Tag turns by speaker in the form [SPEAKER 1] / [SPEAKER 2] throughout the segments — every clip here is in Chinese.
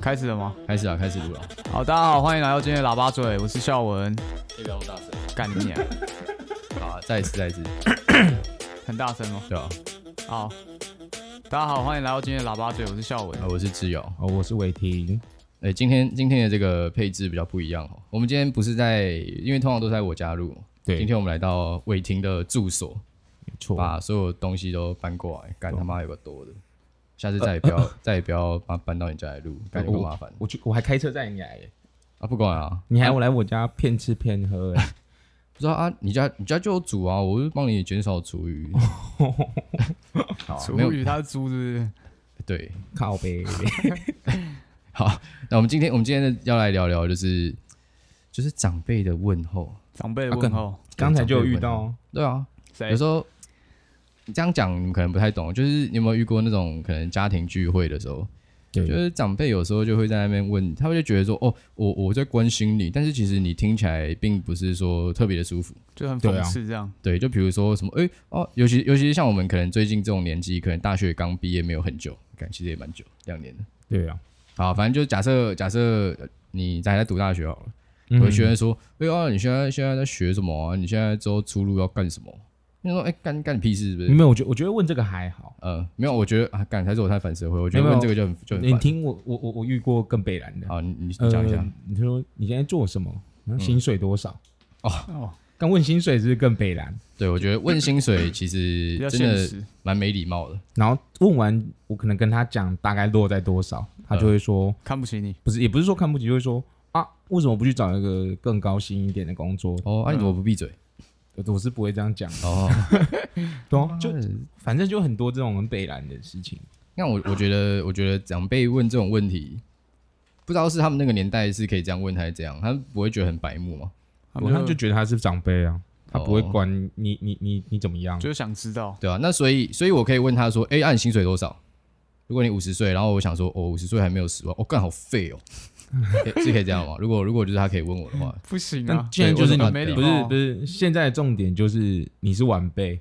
[SPEAKER 1] 开始了吗？
[SPEAKER 2] 开始啊，开始录了。
[SPEAKER 1] 好，大家好，欢迎来到今天的喇叭嘴，我是孝文，
[SPEAKER 2] 可以不要那么大声。
[SPEAKER 1] 干你娘，
[SPEAKER 2] 好啊，再一次，再一次。
[SPEAKER 1] 很大声哦。
[SPEAKER 2] 对啊，
[SPEAKER 1] 好，大家好，欢迎来到今天的喇叭嘴，我是孝文
[SPEAKER 2] 啊。我是志尧。
[SPEAKER 3] 哦，我是伟霆，
[SPEAKER 2] 哎、今天今天的这个配置比较不一样哦。我们今天不是在，因为通常都是在我家录。
[SPEAKER 3] 对
[SPEAKER 2] 今天我们来到伟霆的住所，
[SPEAKER 3] 没错，
[SPEAKER 2] 把所有东西都搬过来。干他妈有个多的，下次再也不要，再也不要把它搬到你家来录，感觉够麻烦
[SPEAKER 3] 呃哎我去，我还开车载你来耶，
[SPEAKER 2] 啊。不管啊，
[SPEAKER 3] 你还要来我家骗吃骗 喝耶，
[SPEAKER 2] 不知道啊，你家你家就有煮啊，我就帮你减少厨 余。啊
[SPEAKER 1] 厨
[SPEAKER 2] 没有
[SPEAKER 1] 余他是猪是
[SPEAKER 2] 对，
[SPEAKER 3] 靠呗。
[SPEAKER 2] 好，那我们今天我们今天要来聊聊，就是就是长辈的问候。
[SPEAKER 1] 不是长辈的问候，
[SPEAKER 3] 刚才就有遇到，
[SPEAKER 2] 对啊，
[SPEAKER 1] 谁
[SPEAKER 2] 有？时候你这样讲，你们可能不太懂，就是你有没有遇过那种可能家庭聚会的时候，
[SPEAKER 3] 对
[SPEAKER 2] 就是长辈有时候就会在那边问，他们就觉得说，哦，我我在关心你，但是其实你听起来并不是说特别的舒服。
[SPEAKER 1] 就很
[SPEAKER 3] 对
[SPEAKER 1] 讽
[SPEAKER 3] 啊
[SPEAKER 1] 刺这样。
[SPEAKER 2] 对，就比如说什么，哎、哦，尤其尤其是像我们可能最近这种年纪，可能大学刚毕业没有很久，感其实也蛮久，两年的。
[SPEAKER 3] 对啊，
[SPEAKER 2] 好，反正就假设假设你还在读大学哦好了，
[SPEAKER 3] 嗯
[SPEAKER 2] 有学生说，哎呀、你现在现在在学什么啊？你现在之后出路要干什么？你说，哎、干干你屁事是不是？
[SPEAKER 3] 没有，我觉我觉得问这个还好，
[SPEAKER 2] 呃，没有，我觉得啊，干才是我太反社会，我觉得
[SPEAKER 3] 没有
[SPEAKER 2] 问这个就很就很
[SPEAKER 3] 你
[SPEAKER 2] 烦。
[SPEAKER 3] 听我我我我遇过更北然的，
[SPEAKER 2] 好，你你你
[SPEAKER 3] 呃
[SPEAKER 2] 讲一嗯下，
[SPEAKER 3] 你说你现在做什么？然后薪水多少？
[SPEAKER 1] 哦，
[SPEAKER 3] 刚问薪水是不是更北然，
[SPEAKER 2] 对我觉得问薪水其实
[SPEAKER 1] 比较
[SPEAKER 2] 真
[SPEAKER 1] 现
[SPEAKER 2] 的
[SPEAKER 1] 实。
[SPEAKER 2] 蛮没礼貌的，
[SPEAKER 3] 然后问完我可能跟他讲大概落在多少，
[SPEAKER 2] 嗯
[SPEAKER 3] 他就会说
[SPEAKER 1] 看不起你，
[SPEAKER 3] 不是，也不是说看不起，就会说啊，为什么不去找一个更高薪一点的工作？
[SPEAKER 2] 哦，啊，你怎么不闭嘴？
[SPEAKER 3] 我我是不会这样讲的，
[SPEAKER 2] 哦，
[SPEAKER 3] 对啊，就反正就很多这种很北然的事情。
[SPEAKER 2] 那我我觉得，我觉得长辈问这种问题，不知道是他们那个年代是可以这样问还是怎样，他们不会觉得很白目吗？
[SPEAKER 1] 他
[SPEAKER 3] 我
[SPEAKER 1] 们
[SPEAKER 3] 他们
[SPEAKER 1] 就
[SPEAKER 3] 就觉得他是长辈啊，他不会
[SPEAKER 2] 哦
[SPEAKER 3] 管你你你你怎么样。
[SPEAKER 1] 就想知道，
[SPEAKER 2] 对啊，那所以，所以我可以问他说，哎、按、你薪水多少？如果你五十岁，然后我想说，我五十岁还没有十万，我、哦、干好废哦，诶是可以这样吗？如果如果就是他可以问我的话，
[SPEAKER 1] 不行啊
[SPEAKER 3] 但。既然就是
[SPEAKER 1] 对
[SPEAKER 3] 哦你
[SPEAKER 1] 我没礼
[SPEAKER 3] 不是
[SPEAKER 1] 貌
[SPEAKER 3] 不是，现在的重点就是你是晚辈，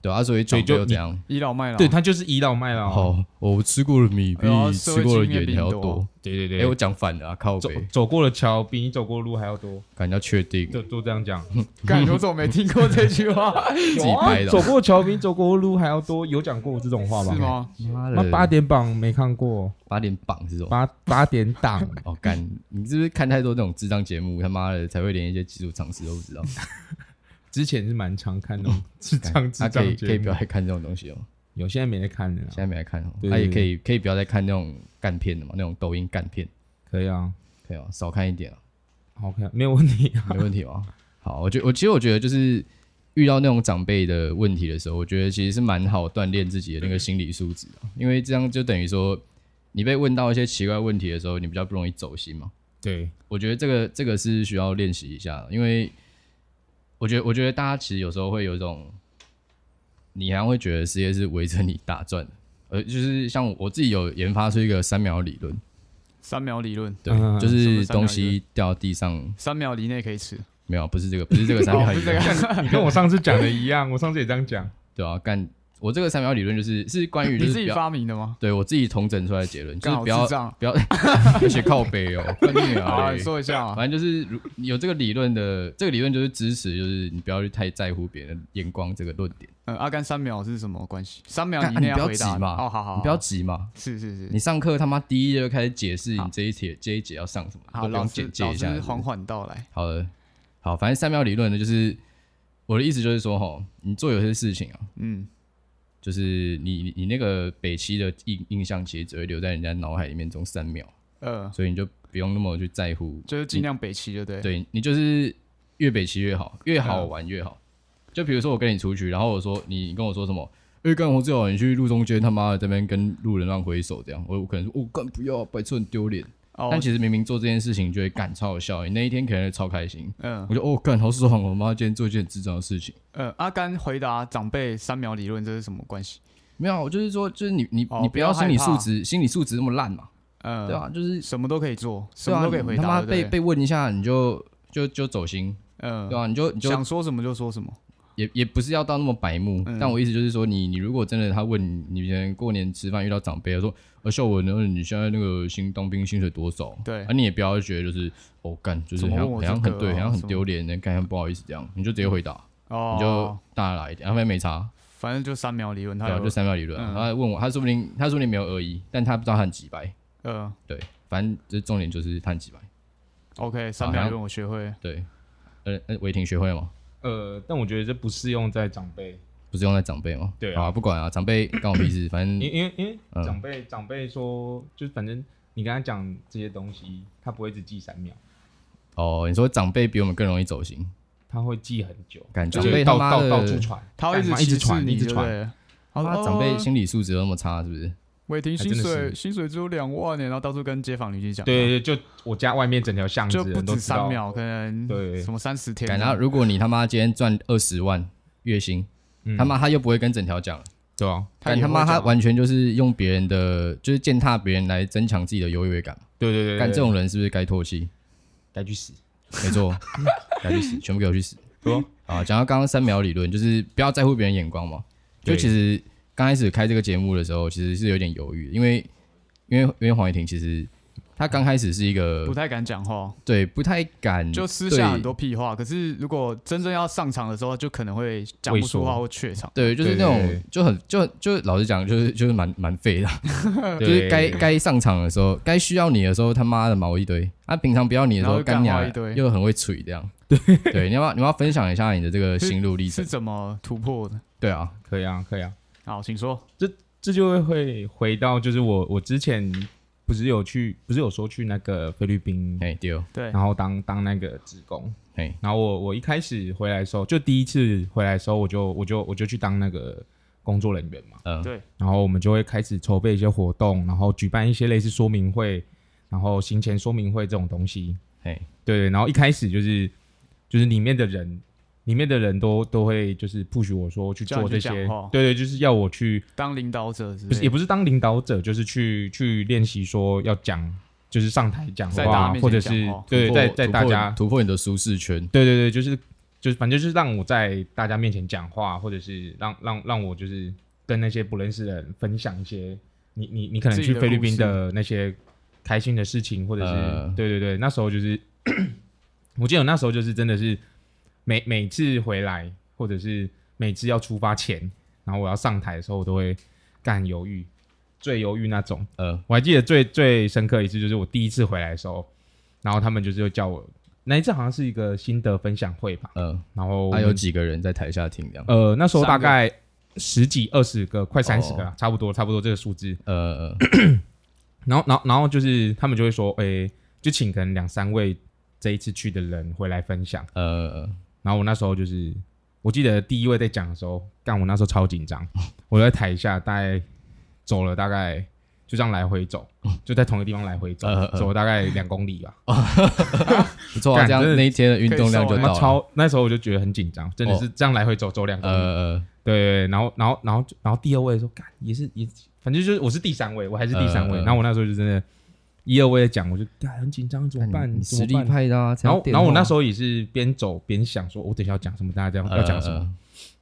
[SPEAKER 2] 对啊，所以
[SPEAKER 3] 所
[SPEAKER 2] 长
[SPEAKER 3] 以
[SPEAKER 2] 辈
[SPEAKER 3] 就
[SPEAKER 2] 又怎样？
[SPEAKER 1] 倚老卖老，
[SPEAKER 3] 对他就是倚老卖老啊。
[SPEAKER 2] 好，我吃过的米比
[SPEAKER 1] 哎呦
[SPEAKER 2] 你
[SPEAKER 1] 社
[SPEAKER 2] 吃
[SPEAKER 1] 会
[SPEAKER 2] 过的
[SPEAKER 1] 经验
[SPEAKER 2] 盐
[SPEAKER 1] 比
[SPEAKER 2] 还要
[SPEAKER 1] 你多
[SPEAKER 2] 多。
[SPEAKER 3] 对对
[SPEAKER 2] 哎、
[SPEAKER 3] 对，
[SPEAKER 2] 我讲反了啊，靠
[SPEAKER 3] 走
[SPEAKER 2] 北，
[SPEAKER 3] 走过的桥比你走过的路还要多，
[SPEAKER 2] 感觉要确定
[SPEAKER 3] 就
[SPEAKER 2] 自
[SPEAKER 3] 都这样讲。
[SPEAKER 1] 干，我怎么没听过这句 话？
[SPEAKER 2] 己拍的
[SPEAKER 3] 啊走
[SPEAKER 2] 哦。
[SPEAKER 3] 过的桥比你走过的路还要多，有讲过这种话吧？
[SPEAKER 1] 是？吗？
[SPEAKER 2] 妈
[SPEAKER 3] 那
[SPEAKER 2] 的，
[SPEAKER 3] 八点档没看过，
[SPEAKER 2] 八点榜是什么？
[SPEAKER 3] 八八点档
[SPEAKER 2] 哦，干，你是不是看太多那种智障节目？他妈的，才会连一些基础常识都不知道。
[SPEAKER 3] 之前是蛮常看的，智 障
[SPEAKER 2] 他可
[SPEAKER 3] 智
[SPEAKER 2] 以
[SPEAKER 3] 障
[SPEAKER 2] 可以
[SPEAKER 3] 节
[SPEAKER 2] 不
[SPEAKER 3] 目
[SPEAKER 2] 要，再看这种东西哦，
[SPEAKER 3] 有现在没在看了啦
[SPEAKER 2] 现，在没来看哦。
[SPEAKER 3] 对
[SPEAKER 2] 他也
[SPEAKER 3] 对
[SPEAKER 2] 可以可以不要再看那种干片的嘛，那种抖音干片，
[SPEAKER 3] 可以啊，
[SPEAKER 2] 可以哦， 少看一点啊，
[SPEAKER 3] 好看没有问题啊。
[SPEAKER 2] 没问题吗？好，我觉我其实我觉得就是遇到那种长辈的问题的时候，我觉得其实是蛮好锻炼自己的那个心理素质啊，因为这样就等于说你被问到一些奇怪问题的时候，你比较不容易走心嘛。
[SPEAKER 3] 对，
[SPEAKER 2] 我觉得这个这个是需要练习一下的，因为我觉得我觉得大家其实有时候会有一种，你好像会觉得世界是围着你打转的，呃，就是像我自己有研发出一个三秒理论，
[SPEAKER 1] 三秒理论，
[SPEAKER 2] 对，
[SPEAKER 3] 嗯
[SPEAKER 2] 就
[SPEAKER 1] 什
[SPEAKER 2] 是
[SPEAKER 1] 么三秒
[SPEAKER 2] 东西掉到地上
[SPEAKER 1] 三秒以内可以吃。
[SPEAKER 2] 没有，不是这个，不是这个三秒
[SPEAKER 1] 哦，
[SPEAKER 2] 理
[SPEAKER 1] 是这
[SPEAKER 2] 论，
[SPEAKER 1] 个，
[SPEAKER 3] 你跟我上次讲的一样，我上次也这样讲。
[SPEAKER 2] 对啊，干我这个三秒理论就是是关于就
[SPEAKER 1] 你
[SPEAKER 2] 是
[SPEAKER 1] 自己
[SPEAKER 2] 不要
[SPEAKER 1] 发明的吗？
[SPEAKER 2] 对我自己统整出来的结论，
[SPEAKER 1] 刚
[SPEAKER 2] 就是
[SPEAKER 1] 好
[SPEAKER 2] 不要
[SPEAKER 1] 智障。
[SPEAKER 2] 不要写靠 背哦，干你
[SPEAKER 1] 好
[SPEAKER 2] 啊
[SPEAKER 1] 啊，
[SPEAKER 2] 嘞
[SPEAKER 1] 你说一下嘛。
[SPEAKER 2] 反正就是如有这个理论的，这个理论就是支持，就是你不要去太在乎别人的眼光这个论点，
[SPEAKER 1] 嗯，阿甘三秒是什么关系？三秒
[SPEAKER 2] 干
[SPEAKER 1] 以内
[SPEAKER 2] 你不要
[SPEAKER 1] 回答
[SPEAKER 2] 急嘛
[SPEAKER 1] 哦，好好，
[SPEAKER 2] 你不要
[SPEAKER 1] 好，
[SPEAKER 2] 急嘛。
[SPEAKER 1] 是是是
[SPEAKER 2] 你，上课他妈第一页就开始解释
[SPEAKER 1] 好
[SPEAKER 2] 你这一节这一节要上什么，
[SPEAKER 1] 好，
[SPEAKER 2] 都不
[SPEAKER 1] 老
[SPEAKER 2] 用
[SPEAKER 1] 师
[SPEAKER 2] 简介
[SPEAKER 1] 老
[SPEAKER 2] 一下
[SPEAKER 1] 师
[SPEAKER 2] 是不
[SPEAKER 1] 缓
[SPEAKER 2] 是。
[SPEAKER 1] 缓道来。
[SPEAKER 2] 好的，好，反正三秒理论呢，就是我的意思就是说，吼，你做有些事情啊，
[SPEAKER 1] 嗯，
[SPEAKER 2] 就是你你你那个北七的印印象，其实只会留在人家脑海里面中三秒，
[SPEAKER 1] 呃，
[SPEAKER 2] 所以你就不用那么去在乎
[SPEAKER 1] 就是尽量北齐，对不对？
[SPEAKER 2] 对你就是越北齐越好，越好玩越好。就比如说我跟你出去，然后我说你跟我说什么？哎、干活最好，你去路中间他妈的这边跟路人乱挥手这样，我我可能说，我、干不要，白痴很丢脸。
[SPEAKER 1] 哦
[SPEAKER 2] 但，其实明明做这件事情就会干超有效，你那一天可能会超开心。
[SPEAKER 1] 嗯
[SPEAKER 2] 我就哦干好爽，我妈今天做一件智障的事情。
[SPEAKER 1] 呃，阿甘回答长辈三秒理论，这是什么关系？
[SPEAKER 2] 没有啊，我就是说，就是你你、
[SPEAKER 1] 哦
[SPEAKER 2] 你
[SPEAKER 1] 不
[SPEAKER 2] 不
[SPEAKER 1] 要
[SPEAKER 2] 要
[SPEAKER 1] 害
[SPEAKER 2] 心理
[SPEAKER 1] 怕
[SPEAKER 2] 素质心理素质那么烂嘛，
[SPEAKER 1] 呃，
[SPEAKER 2] 对吧、啊就是
[SPEAKER 1] 什么都可以做，什
[SPEAKER 2] 对
[SPEAKER 1] 么
[SPEAKER 2] 啊，
[SPEAKER 1] 都可以回
[SPEAKER 2] 你他
[SPEAKER 1] 答，
[SPEAKER 2] 妈
[SPEAKER 1] 对
[SPEAKER 2] 被
[SPEAKER 1] 不对？
[SPEAKER 2] 被问一下你就就就走心，
[SPEAKER 1] 嗯
[SPEAKER 2] 对，吧、你就你就
[SPEAKER 1] 想说什么就说什么，
[SPEAKER 2] 也也不是要到那么白目，
[SPEAKER 1] 嗯
[SPEAKER 2] 但我意思就是说你，你如果真的他问你你以前过年吃饭遇到长辈，他说呃秀文，然后你现在那个新当兵薪水多少？
[SPEAKER 1] 对
[SPEAKER 2] 啊，你也不要觉得就是哦干，就是
[SPEAKER 1] 怎
[SPEAKER 2] 好
[SPEAKER 1] 么
[SPEAKER 2] 像
[SPEAKER 1] 问
[SPEAKER 2] 好
[SPEAKER 1] 我
[SPEAKER 2] 像
[SPEAKER 1] 这个
[SPEAKER 2] 很对，
[SPEAKER 1] 啊
[SPEAKER 2] 好像很
[SPEAKER 1] 什么
[SPEAKER 2] 丢脸，那干不好意思这样，你就直接回答，
[SPEAKER 1] 哦，
[SPEAKER 2] 啊你就大啦一点，然啊后没差，
[SPEAKER 1] 反正就三秒理论，
[SPEAKER 2] 对
[SPEAKER 1] 他
[SPEAKER 2] 啊，
[SPEAKER 1] 有
[SPEAKER 2] 就三秒理论啊。
[SPEAKER 1] 嗯
[SPEAKER 2] 他问我，他说不定他说不定没有恶意，但他不知道他很几白，
[SPEAKER 1] 呃
[SPEAKER 2] 对，反正这重点就是他很几白，
[SPEAKER 1] ，OK，三秒理论我学会了，
[SPEAKER 2] 对。呃，呃伟霆学会了吗？
[SPEAKER 3] 呃，但我觉得这不适用在长辈，
[SPEAKER 2] 不是用在长辈吗？
[SPEAKER 3] 对啊
[SPEAKER 2] 好不管啊，长辈干我屁 事，反正
[SPEAKER 3] 因因为因
[SPEAKER 2] 嗯
[SPEAKER 3] 为长辈、长辈说，就是反正你跟他讲这些东西，他不会只记三秒，
[SPEAKER 2] 哦，你说长辈比我们更容易走心，
[SPEAKER 3] 他会记很久，
[SPEAKER 2] 感觉
[SPEAKER 3] 就
[SPEAKER 2] 长辈
[SPEAKER 3] 是
[SPEAKER 2] 他
[SPEAKER 3] 到
[SPEAKER 2] 妈
[SPEAKER 3] 到
[SPEAKER 2] 的，
[SPEAKER 3] 到处传，
[SPEAKER 1] 他会
[SPEAKER 3] 干嘛
[SPEAKER 1] 歧
[SPEAKER 3] 一直
[SPEAKER 1] 视
[SPEAKER 3] 传，
[SPEAKER 1] 你，
[SPEAKER 3] 一直
[SPEAKER 1] 对不
[SPEAKER 3] 传，
[SPEAKER 1] 对？
[SPEAKER 2] 他
[SPEAKER 1] 他说
[SPEAKER 2] 长辈
[SPEAKER 1] 哦
[SPEAKER 2] 心理素质有那么差，是不是？
[SPEAKER 1] 伟霆
[SPEAKER 3] 还
[SPEAKER 1] 薪
[SPEAKER 3] 真的
[SPEAKER 1] 水
[SPEAKER 3] 是
[SPEAKER 1] 薪水只有两万呢，然后到处跟街坊邻居讲，
[SPEAKER 3] 对，对，对就我家外面整条巷子
[SPEAKER 1] 就不
[SPEAKER 3] 嗯人都
[SPEAKER 1] 止
[SPEAKER 3] 知道
[SPEAKER 1] 三，秒，可能
[SPEAKER 3] 对
[SPEAKER 1] 什么三十天这
[SPEAKER 2] 感
[SPEAKER 1] 样，
[SPEAKER 2] 觉如果你他妈今天赚二十万月薪，
[SPEAKER 3] 嗯
[SPEAKER 2] 他妈他又不会跟整条讲了，
[SPEAKER 3] 对啊，
[SPEAKER 1] 他
[SPEAKER 2] 但
[SPEAKER 1] 也
[SPEAKER 2] 他
[SPEAKER 1] 会
[SPEAKER 2] 妈他
[SPEAKER 1] 讲
[SPEAKER 2] 完全就是用别人的，就是践踏别人来增强自己的优越感。
[SPEAKER 3] 对对对，
[SPEAKER 2] 干
[SPEAKER 3] 对
[SPEAKER 2] 这种人是不是该唾弃？
[SPEAKER 3] 该去死，
[SPEAKER 2] 没错， 该去死，全部给我去死！
[SPEAKER 3] 对啊
[SPEAKER 2] 啊，讲到刚刚三秒理论，就是不要在乎别人眼光嘛。就
[SPEAKER 3] 对
[SPEAKER 2] 其实刚开始开这个节目的时候，其实是有点犹豫的，因为因为因为黄雨婷其实她刚开始是一个
[SPEAKER 1] 不太敢讲话，
[SPEAKER 2] 对不太敢，
[SPEAKER 1] 就私下很
[SPEAKER 2] 嗯对
[SPEAKER 1] 多屁话。可是如果真正要上场的时候，就可能会讲不出话或怯场。
[SPEAKER 2] 对，就是那
[SPEAKER 3] 对对
[SPEAKER 2] 种
[SPEAKER 3] 对
[SPEAKER 2] 就很就就老实讲，就是就是蛮蛮废的，啊嗯就
[SPEAKER 3] 对
[SPEAKER 2] 是该该上场的时候，该需要你的时候，他妈的毛一堆；啊，平常不要你的时
[SPEAKER 1] 然
[SPEAKER 2] 候，
[SPEAKER 1] 后干
[SPEAKER 2] 干你
[SPEAKER 1] 话
[SPEAKER 2] 娘
[SPEAKER 1] 一堆
[SPEAKER 2] 又很会吹这样。对，你要不要你要不要分享一下你的这个心路历
[SPEAKER 1] 是
[SPEAKER 2] 程？
[SPEAKER 1] 怎么突破的？
[SPEAKER 2] 对啊，
[SPEAKER 3] 可以啊，可以啊，
[SPEAKER 1] 好，请说。
[SPEAKER 3] 这就会会回到就是我我之前不是有去，不是有说去那个菲律宾，
[SPEAKER 2] 哎，对哦，
[SPEAKER 1] 对，
[SPEAKER 3] 然后当当那个职工，
[SPEAKER 2] 嘿
[SPEAKER 3] 然后我我一开始回来的时候，就第一次回来的时候，我就我就我就去当那个工作人员嘛，
[SPEAKER 2] 嗯，
[SPEAKER 1] 对
[SPEAKER 3] 然后我们就会开始筹备一些活动，然后举办一些类似说明会，然后行前说明会这种东西，
[SPEAKER 2] 嘿，
[SPEAKER 3] 对，然后一开始就是就是里面的人。里面的人都都会就是 push 我说去
[SPEAKER 1] 叫你
[SPEAKER 3] 做
[SPEAKER 1] 去
[SPEAKER 3] 这些
[SPEAKER 1] 讲话，
[SPEAKER 3] 对对，就是要我去
[SPEAKER 1] 当领导者之
[SPEAKER 3] 不是
[SPEAKER 1] 类
[SPEAKER 3] 也
[SPEAKER 1] 的，
[SPEAKER 3] 不是当领导者，就是去去练习说要讲，就是上台讲
[SPEAKER 1] 在大家
[SPEAKER 3] 话，
[SPEAKER 1] 面前
[SPEAKER 3] 或者
[SPEAKER 1] 讲
[SPEAKER 3] 是
[SPEAKER 1] 话
[SPEAKER 3] 对
[SPEAKER 2] 突破
[SPEAKER 3] 在在
[SPEAKER 2] 突
[SPEAKER 3] 大
[SPEAKER 2] 破
[SPEAKER 3] 家，
[SPEAKER 2] 突破你的舒适圈。
[SPEAKER 3] 对对对，就是就是反正就是让我在大家面前讲话，或者是让让让我就是跟那些不认识的人分享一些你你你可能
[SPEAKER 1] 自己
[SPEAKER 3] 去
[SPEAKER 1] 的
[SPEAKER 3] 菲律宾的那些开心的事情，或者是、
[SPEAKER 2] 呃
[SPEAKER 3] 对对对，那时候就是我记得我那时候就是真的是每每次回来，或者是每次要出发前，然后我要上台的时候，我都会干犹豫，最犹豫那种。
[SPEAKER 2] 呃，
[SPEAKER 3] 我还记得最最深刻一次，就是我第一次回来的时候，然后他们就是又叫我那一次好像是一个心得分享会吧，
[SPEAKER 2] 嗯，
[SPEAKER 3] 然后我
[SPEAKER 2] 还
[SPEAKER 3] 们
[SPEAKER 2] 有几个人在台下听这样？
[SPEAKER 3] 呃那时候大
[SPEAKER 1] 三个
[SPEAKER 3] 概十几二十个，快三十个
[SPEAKER 2] 哦
[SPEAKER 3] 啦，差不多差不多这个数字。
[SPEAKER 2] 呃，
[SPEAKER 3] 然后然后然后就是他们就会说，诶、就请可能两三位这一次去的人回来分享。
[SPEAKER 2] 呃呃，
[SPEAKER 3] 然后我那时候就是，我记得第一位在讲的时候，干我那时候超 紧张，我在台下大概走了大概就这样来回走，就在同一个地方来回走，
[SPEAKER 2] 呃呃
[SPEAKER 3] 走了大概两公里吧。
[SPEAKER 2] 不错啊，
[SPEAKER 3] 干
[SPEAKER 2] 这样
[SPEAKER 3] 真的
[SPEAKER 2] 那一天的运动量就
[SPEAKER 1] 可以
[SPEAKER 3] 啊他妈
[SPEAKER 2] 到了。
[SPEAKER 3] 超那时候我就觉得很紧张，真的是这样来回走走两
[SPEAKER 2] 呃
[SPEAKER 3] 公里。
[SPEAKER 2] 呃，
[SPEAKER 3] 对对，对然后然后然后然后第二位说，干也是也，反正就是我是第三位，我还是第三位。
[SPEAKER 2] 呃呃
[SPEAKER 3] 然后我那时候就真的，一二位在讲，我就干很紧张，怎么
[SPEAKER 2] 哎看你
[SPEAKER 3] 办？
[SPEAKER 2] 你
[SPEAKER 3] 怎
[SPEAKER 2] 实
[SPEAKER 3] 么
[SPEAKER 2] 力
[SPEAKER 3] 办？
[SPEAKER 2] 派的啊。
[SPEAKER 3] 然后，然后我那时
[SPEAKER 2] 候
[SPEAKER 3] 候也是边走边想说，我等一下要讲什么，大家要要讲什
[SPEAKER 2] 嗯
[SPEAKER 3] 么。？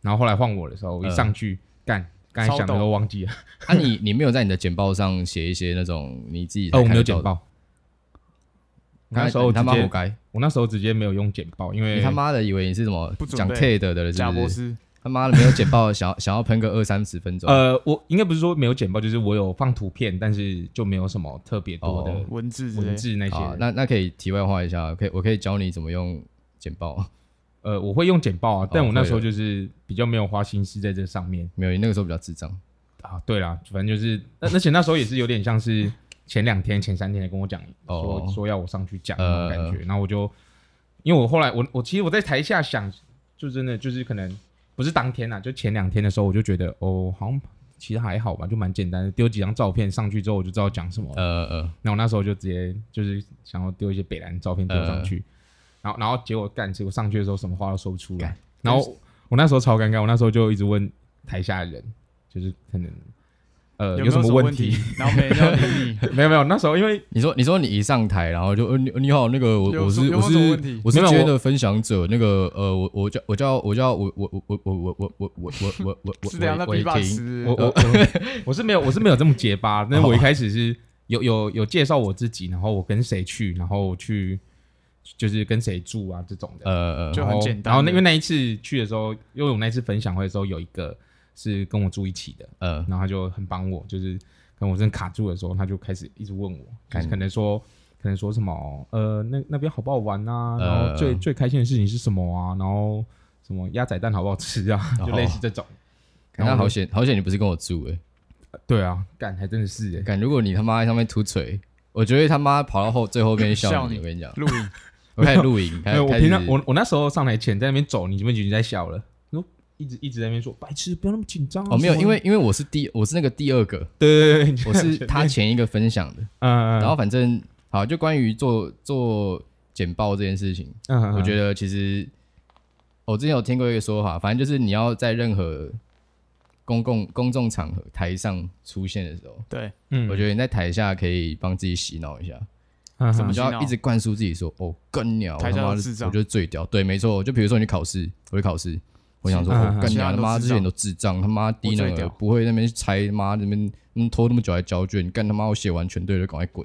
[SPEAKER 3] 然后后来换我的时候，我一
[SPEAKER 2] 呃
[SPEAKER 3] 上去干，刚才
[SPEAKER 1] 超
[SPEAKER 3] 想的
[SPEAKER 1] 抖
[SPEAKER 3] 都忘记了。
[SPEAKER 2] 啊，你你没有在你的简报上写一些那种 你自己才
[SPEAKER 3] 哦，我
[SPEAKER 2] 看
[SPEAKER 3] 没有
[SPEAKER 2] 得
[SPEAKER 3] 简
[SPEAKER 2] 到的，
[SPEAKER 3] 报，我
[SPEAKER 2] 看
[SPEAKER 3] 那时候
[SPEAKER 2] 你他
[SPEAKER 3] 直
[SPEAKER 2] 妈活
[SPEAKER 3] 接，
[SPEAKER 2] 该，
[SPEAKER 3] 我那时候直接没有用简报，因
[SPEAKER 2] 你
[SPEAKER 3] 为
[SPEAKER 2] 他妈的以为你是什么
[SPEAKER 1] 不准
[SPEAKER 2] 讲
[SPEAKER 1] 备
[SPEAKER 2] TED 的了
[SPEAKER 1] 贾
[SPEAKER 2] 是
[SPEAKER 1] 博
[SPEAKER 2] 不是？
[SPEAKER 1] 士
[SPEAKER 2] 他妈的没有简报，想要想要喷个二三十分钟，
[SPEAKER 3] 呃，我应该不是说没有简报，就是我有放图片，但是就没有什么特别多的
[SPEAKER 2] 哦
[SPEAKER 1] 文字之类
[SPEAKER 3] 文，字那些
[SPEAKER 2] 啊
[SPEAKER 3] 的。，
[SPEAKER 2] 那那可以题外话一下，可以我可以教你怎么用简报，
[SPEAKER 3] 呃，我会用简报啊，但我那时候
[SPEAKER 2] 哦会
[SPEAKER 3] 就是比较没有花心思在这上面
[SPEAKER 2] 没有，你那个时候比较智障，
[SPEAKER 3] 啊。对啦，反正就是，那而且那时候也是有点像是前两天、前三天才跟我讲，
[SPEAKER 2] 哦
[SPEAKER 3] 说说要我上去讲
[SPEAKER 2] 呃
[SPEAKER 3] 那种感觉。然后我就，因为我后来我我其实我在台下想，就真的就是可能不是当天啦，啊就前两天的时候，我就觉得哦，好像其实还好吧，就蛮简单的，丢几张照片上去之后，我就知道讲什么了。
[SPEAKER 2] 呃呃，
[SPEAKER 3] 那我那时候就直接就是想要丢一些北兰照片丢上去，
[SPEAKER 2] 呃
[SPEAKER 3] 然后然后结果干，结果上去的时候什么话都说不出来
[SPEAKER 2] 干，
[SPEAKER 3] 然后我那时候超尴尬，我那时候就一直问台下的人，就是可能呃
[SPEAKER 1] 有
[SPEAKER 3] 有
[SPEAKER 1] 没
[SPEAKER 3] 什
[SPEAKER 1] 什
[SPEAKER 3] 么
[SPEAKER 1] 问
[SPEAKER 3] 问
[SPEAKER 1] 题？然后没人要理你，
[SPEAKER 3] 没有没有，那时候因为
[SPEAKER 2] 你说你说你一上台，然后就呃你你好，那个我
[SPEAKER 1] 有
[SPEAKER 2] 我是
[SPEAKER 1] 有
[SPEAKER 2] 我
[SPEAKER 1] 没有什么问
[SPEAKER 2] 是
[SPEAKER 1] 题
[SPEAKER 2] 我是
[SPEAKER 3] 没有
[SPEAKER 2] 今天
[SPEAKER 3] 我
[SPEAKER 2] 的分享者，那个呃我我叫我叫我叫我我我我我我我我我我我 我
[SPEAKER 1] 是怎样的
[SPEAKER 2] 我
[SPEAKER 1] 比霸
[SPEAKER 2] 我停
[SPEAKER 1] 师
[SPEAKER 3] 我？我我我是没有我是没有这么结巴，但是
[SPEAKER 2] 哦
[SPEAKER 3] 我一开始是有有有介绍我自己，然后我跟谁去，然后去就是跟谁住啊这种的，
[SPEAKER 2] 呃
[SPEAKER 1] 就
[SPEAKER 3] 然
[SPEAKER 1] 很
[SPEAKER 3] 后
[SPEAKER 1] 简单的
[SPEAKER 3] 然后那因为那一次去的时候，因为我那一次分享会的时候有一个是跟我住一起的，
[SPEAKER 2] 呃
[SPEAKER 3] 然后他就很帮我，就是跟我真的卡住的时候，他就开始一直问我，就是可能说，可能说什么，呃，那那边好不好玩啊？
[SPEAKER 2] 呃
[SPEAKER 3] 然后最、最开心的事情是什么啊？然后什么鸭仔蛋好不好吃啊？
[SPEAKER 2] 哦
[SPEAKER 3] 就类似这种。然
[SPEAKER 2] 那
[SPEAKER 3] 后
[SPEAKER 2] 好
[SPEAKER 3] 我
[SPEAKER 2] 险好险你不是跟我住诶、
[SPEAKER 3] 就对啊，干还真的是哎、
[SPEAKER 2] 欸，干如果你他妈在上面吐嘴，我觉得他妈跑到后最后面
[SPEAKER 1] 笑
[SPEAKER 2] 笑你，
[SPEAKER 1] 你
[SPEAKER 2] 我跟你讲，
[SPEAKER 1] 录影
[SPEAKER 2] 我开始录影，
[SPEAKER 3] 没
[SPEAKER 2] 开
[SPEAKER 3] 有，
[SPEAKER 2] 始
[SPEAKER 3] 我
[SPEAKER 2] 开
[SPEAKER 3] 平常
[SPEAKER 2] 始
[SPEAKER 3] 我我那时候上台前在那边走，你们就已经在笑了，然后一直一直在那边说白痴，不要那么紧张啊。
[SPEAKER 2] 哦没有，
[SPEAKER 3] 什么
[SPEAKER 2] 因为因为我是第我是那个第二 个，
[SPEAKER 3] 对对对对，
[SPEAKER 2] 我是他前一个分享的，
[SPEAKER 3] 嗯，
[SPEAKER 2] 然后反正好就关于做做简报这件事情，
[SPEAKER 3] 嗯，
[SPEAKER 2] 我
[SPEAKER 3] 得
[SPEAKER 2] 觉得其实我之前有听过一个说法，反正就是你要在任何公共公众场合台上出现的时候，
[SPEAKER 1] 对，
[SPEAKER 3] 嗯
[SPEAKER 2] 我觉得你在台下可以帮自己洗脑一下，
[SPEAKER 3] 得
[SPEAKER 1] 怎
[SPEAKER 2] 你
[SPEAKER 1] 么洗
[SPEAKER 2] 就要
[SPEAKER 1] 脑
[SPEAKER 2] 一直灌输自己说哦，更鸟，
[SPEAKER 1] 台下
[SPEAKER 2] 他妈
[SPEAKER 1] 有
[SPEAKER 2] 的
[SPEAKER 1] 智障
[SPEAKER 2] 我觉得最屌，对，没错，就比如说你考试，我去考试。我想说，
[SPEAKER 3] 嗯
[SPEAKER 2] 哦，干
[SPEAKER 1] 其他人
[SPEAKER 2] 娘他
[SPEAKER 1] 都
[SPEAKER 2] 妈
[SPEAKER 1] 智
[SPEAKER 2] 这些人
[SPEAKER 1] 障
[SPEAKER 2] 都智障，他妈低
[SPEAKER 1] 我最
[SPEAKER 2] 能儿
[SPEAKER 1] 屌
[SPEAKER 2] 不会那边猜，他妈那边嗯拖那么久来交卷，干他妈我写完全对了，赶快滚！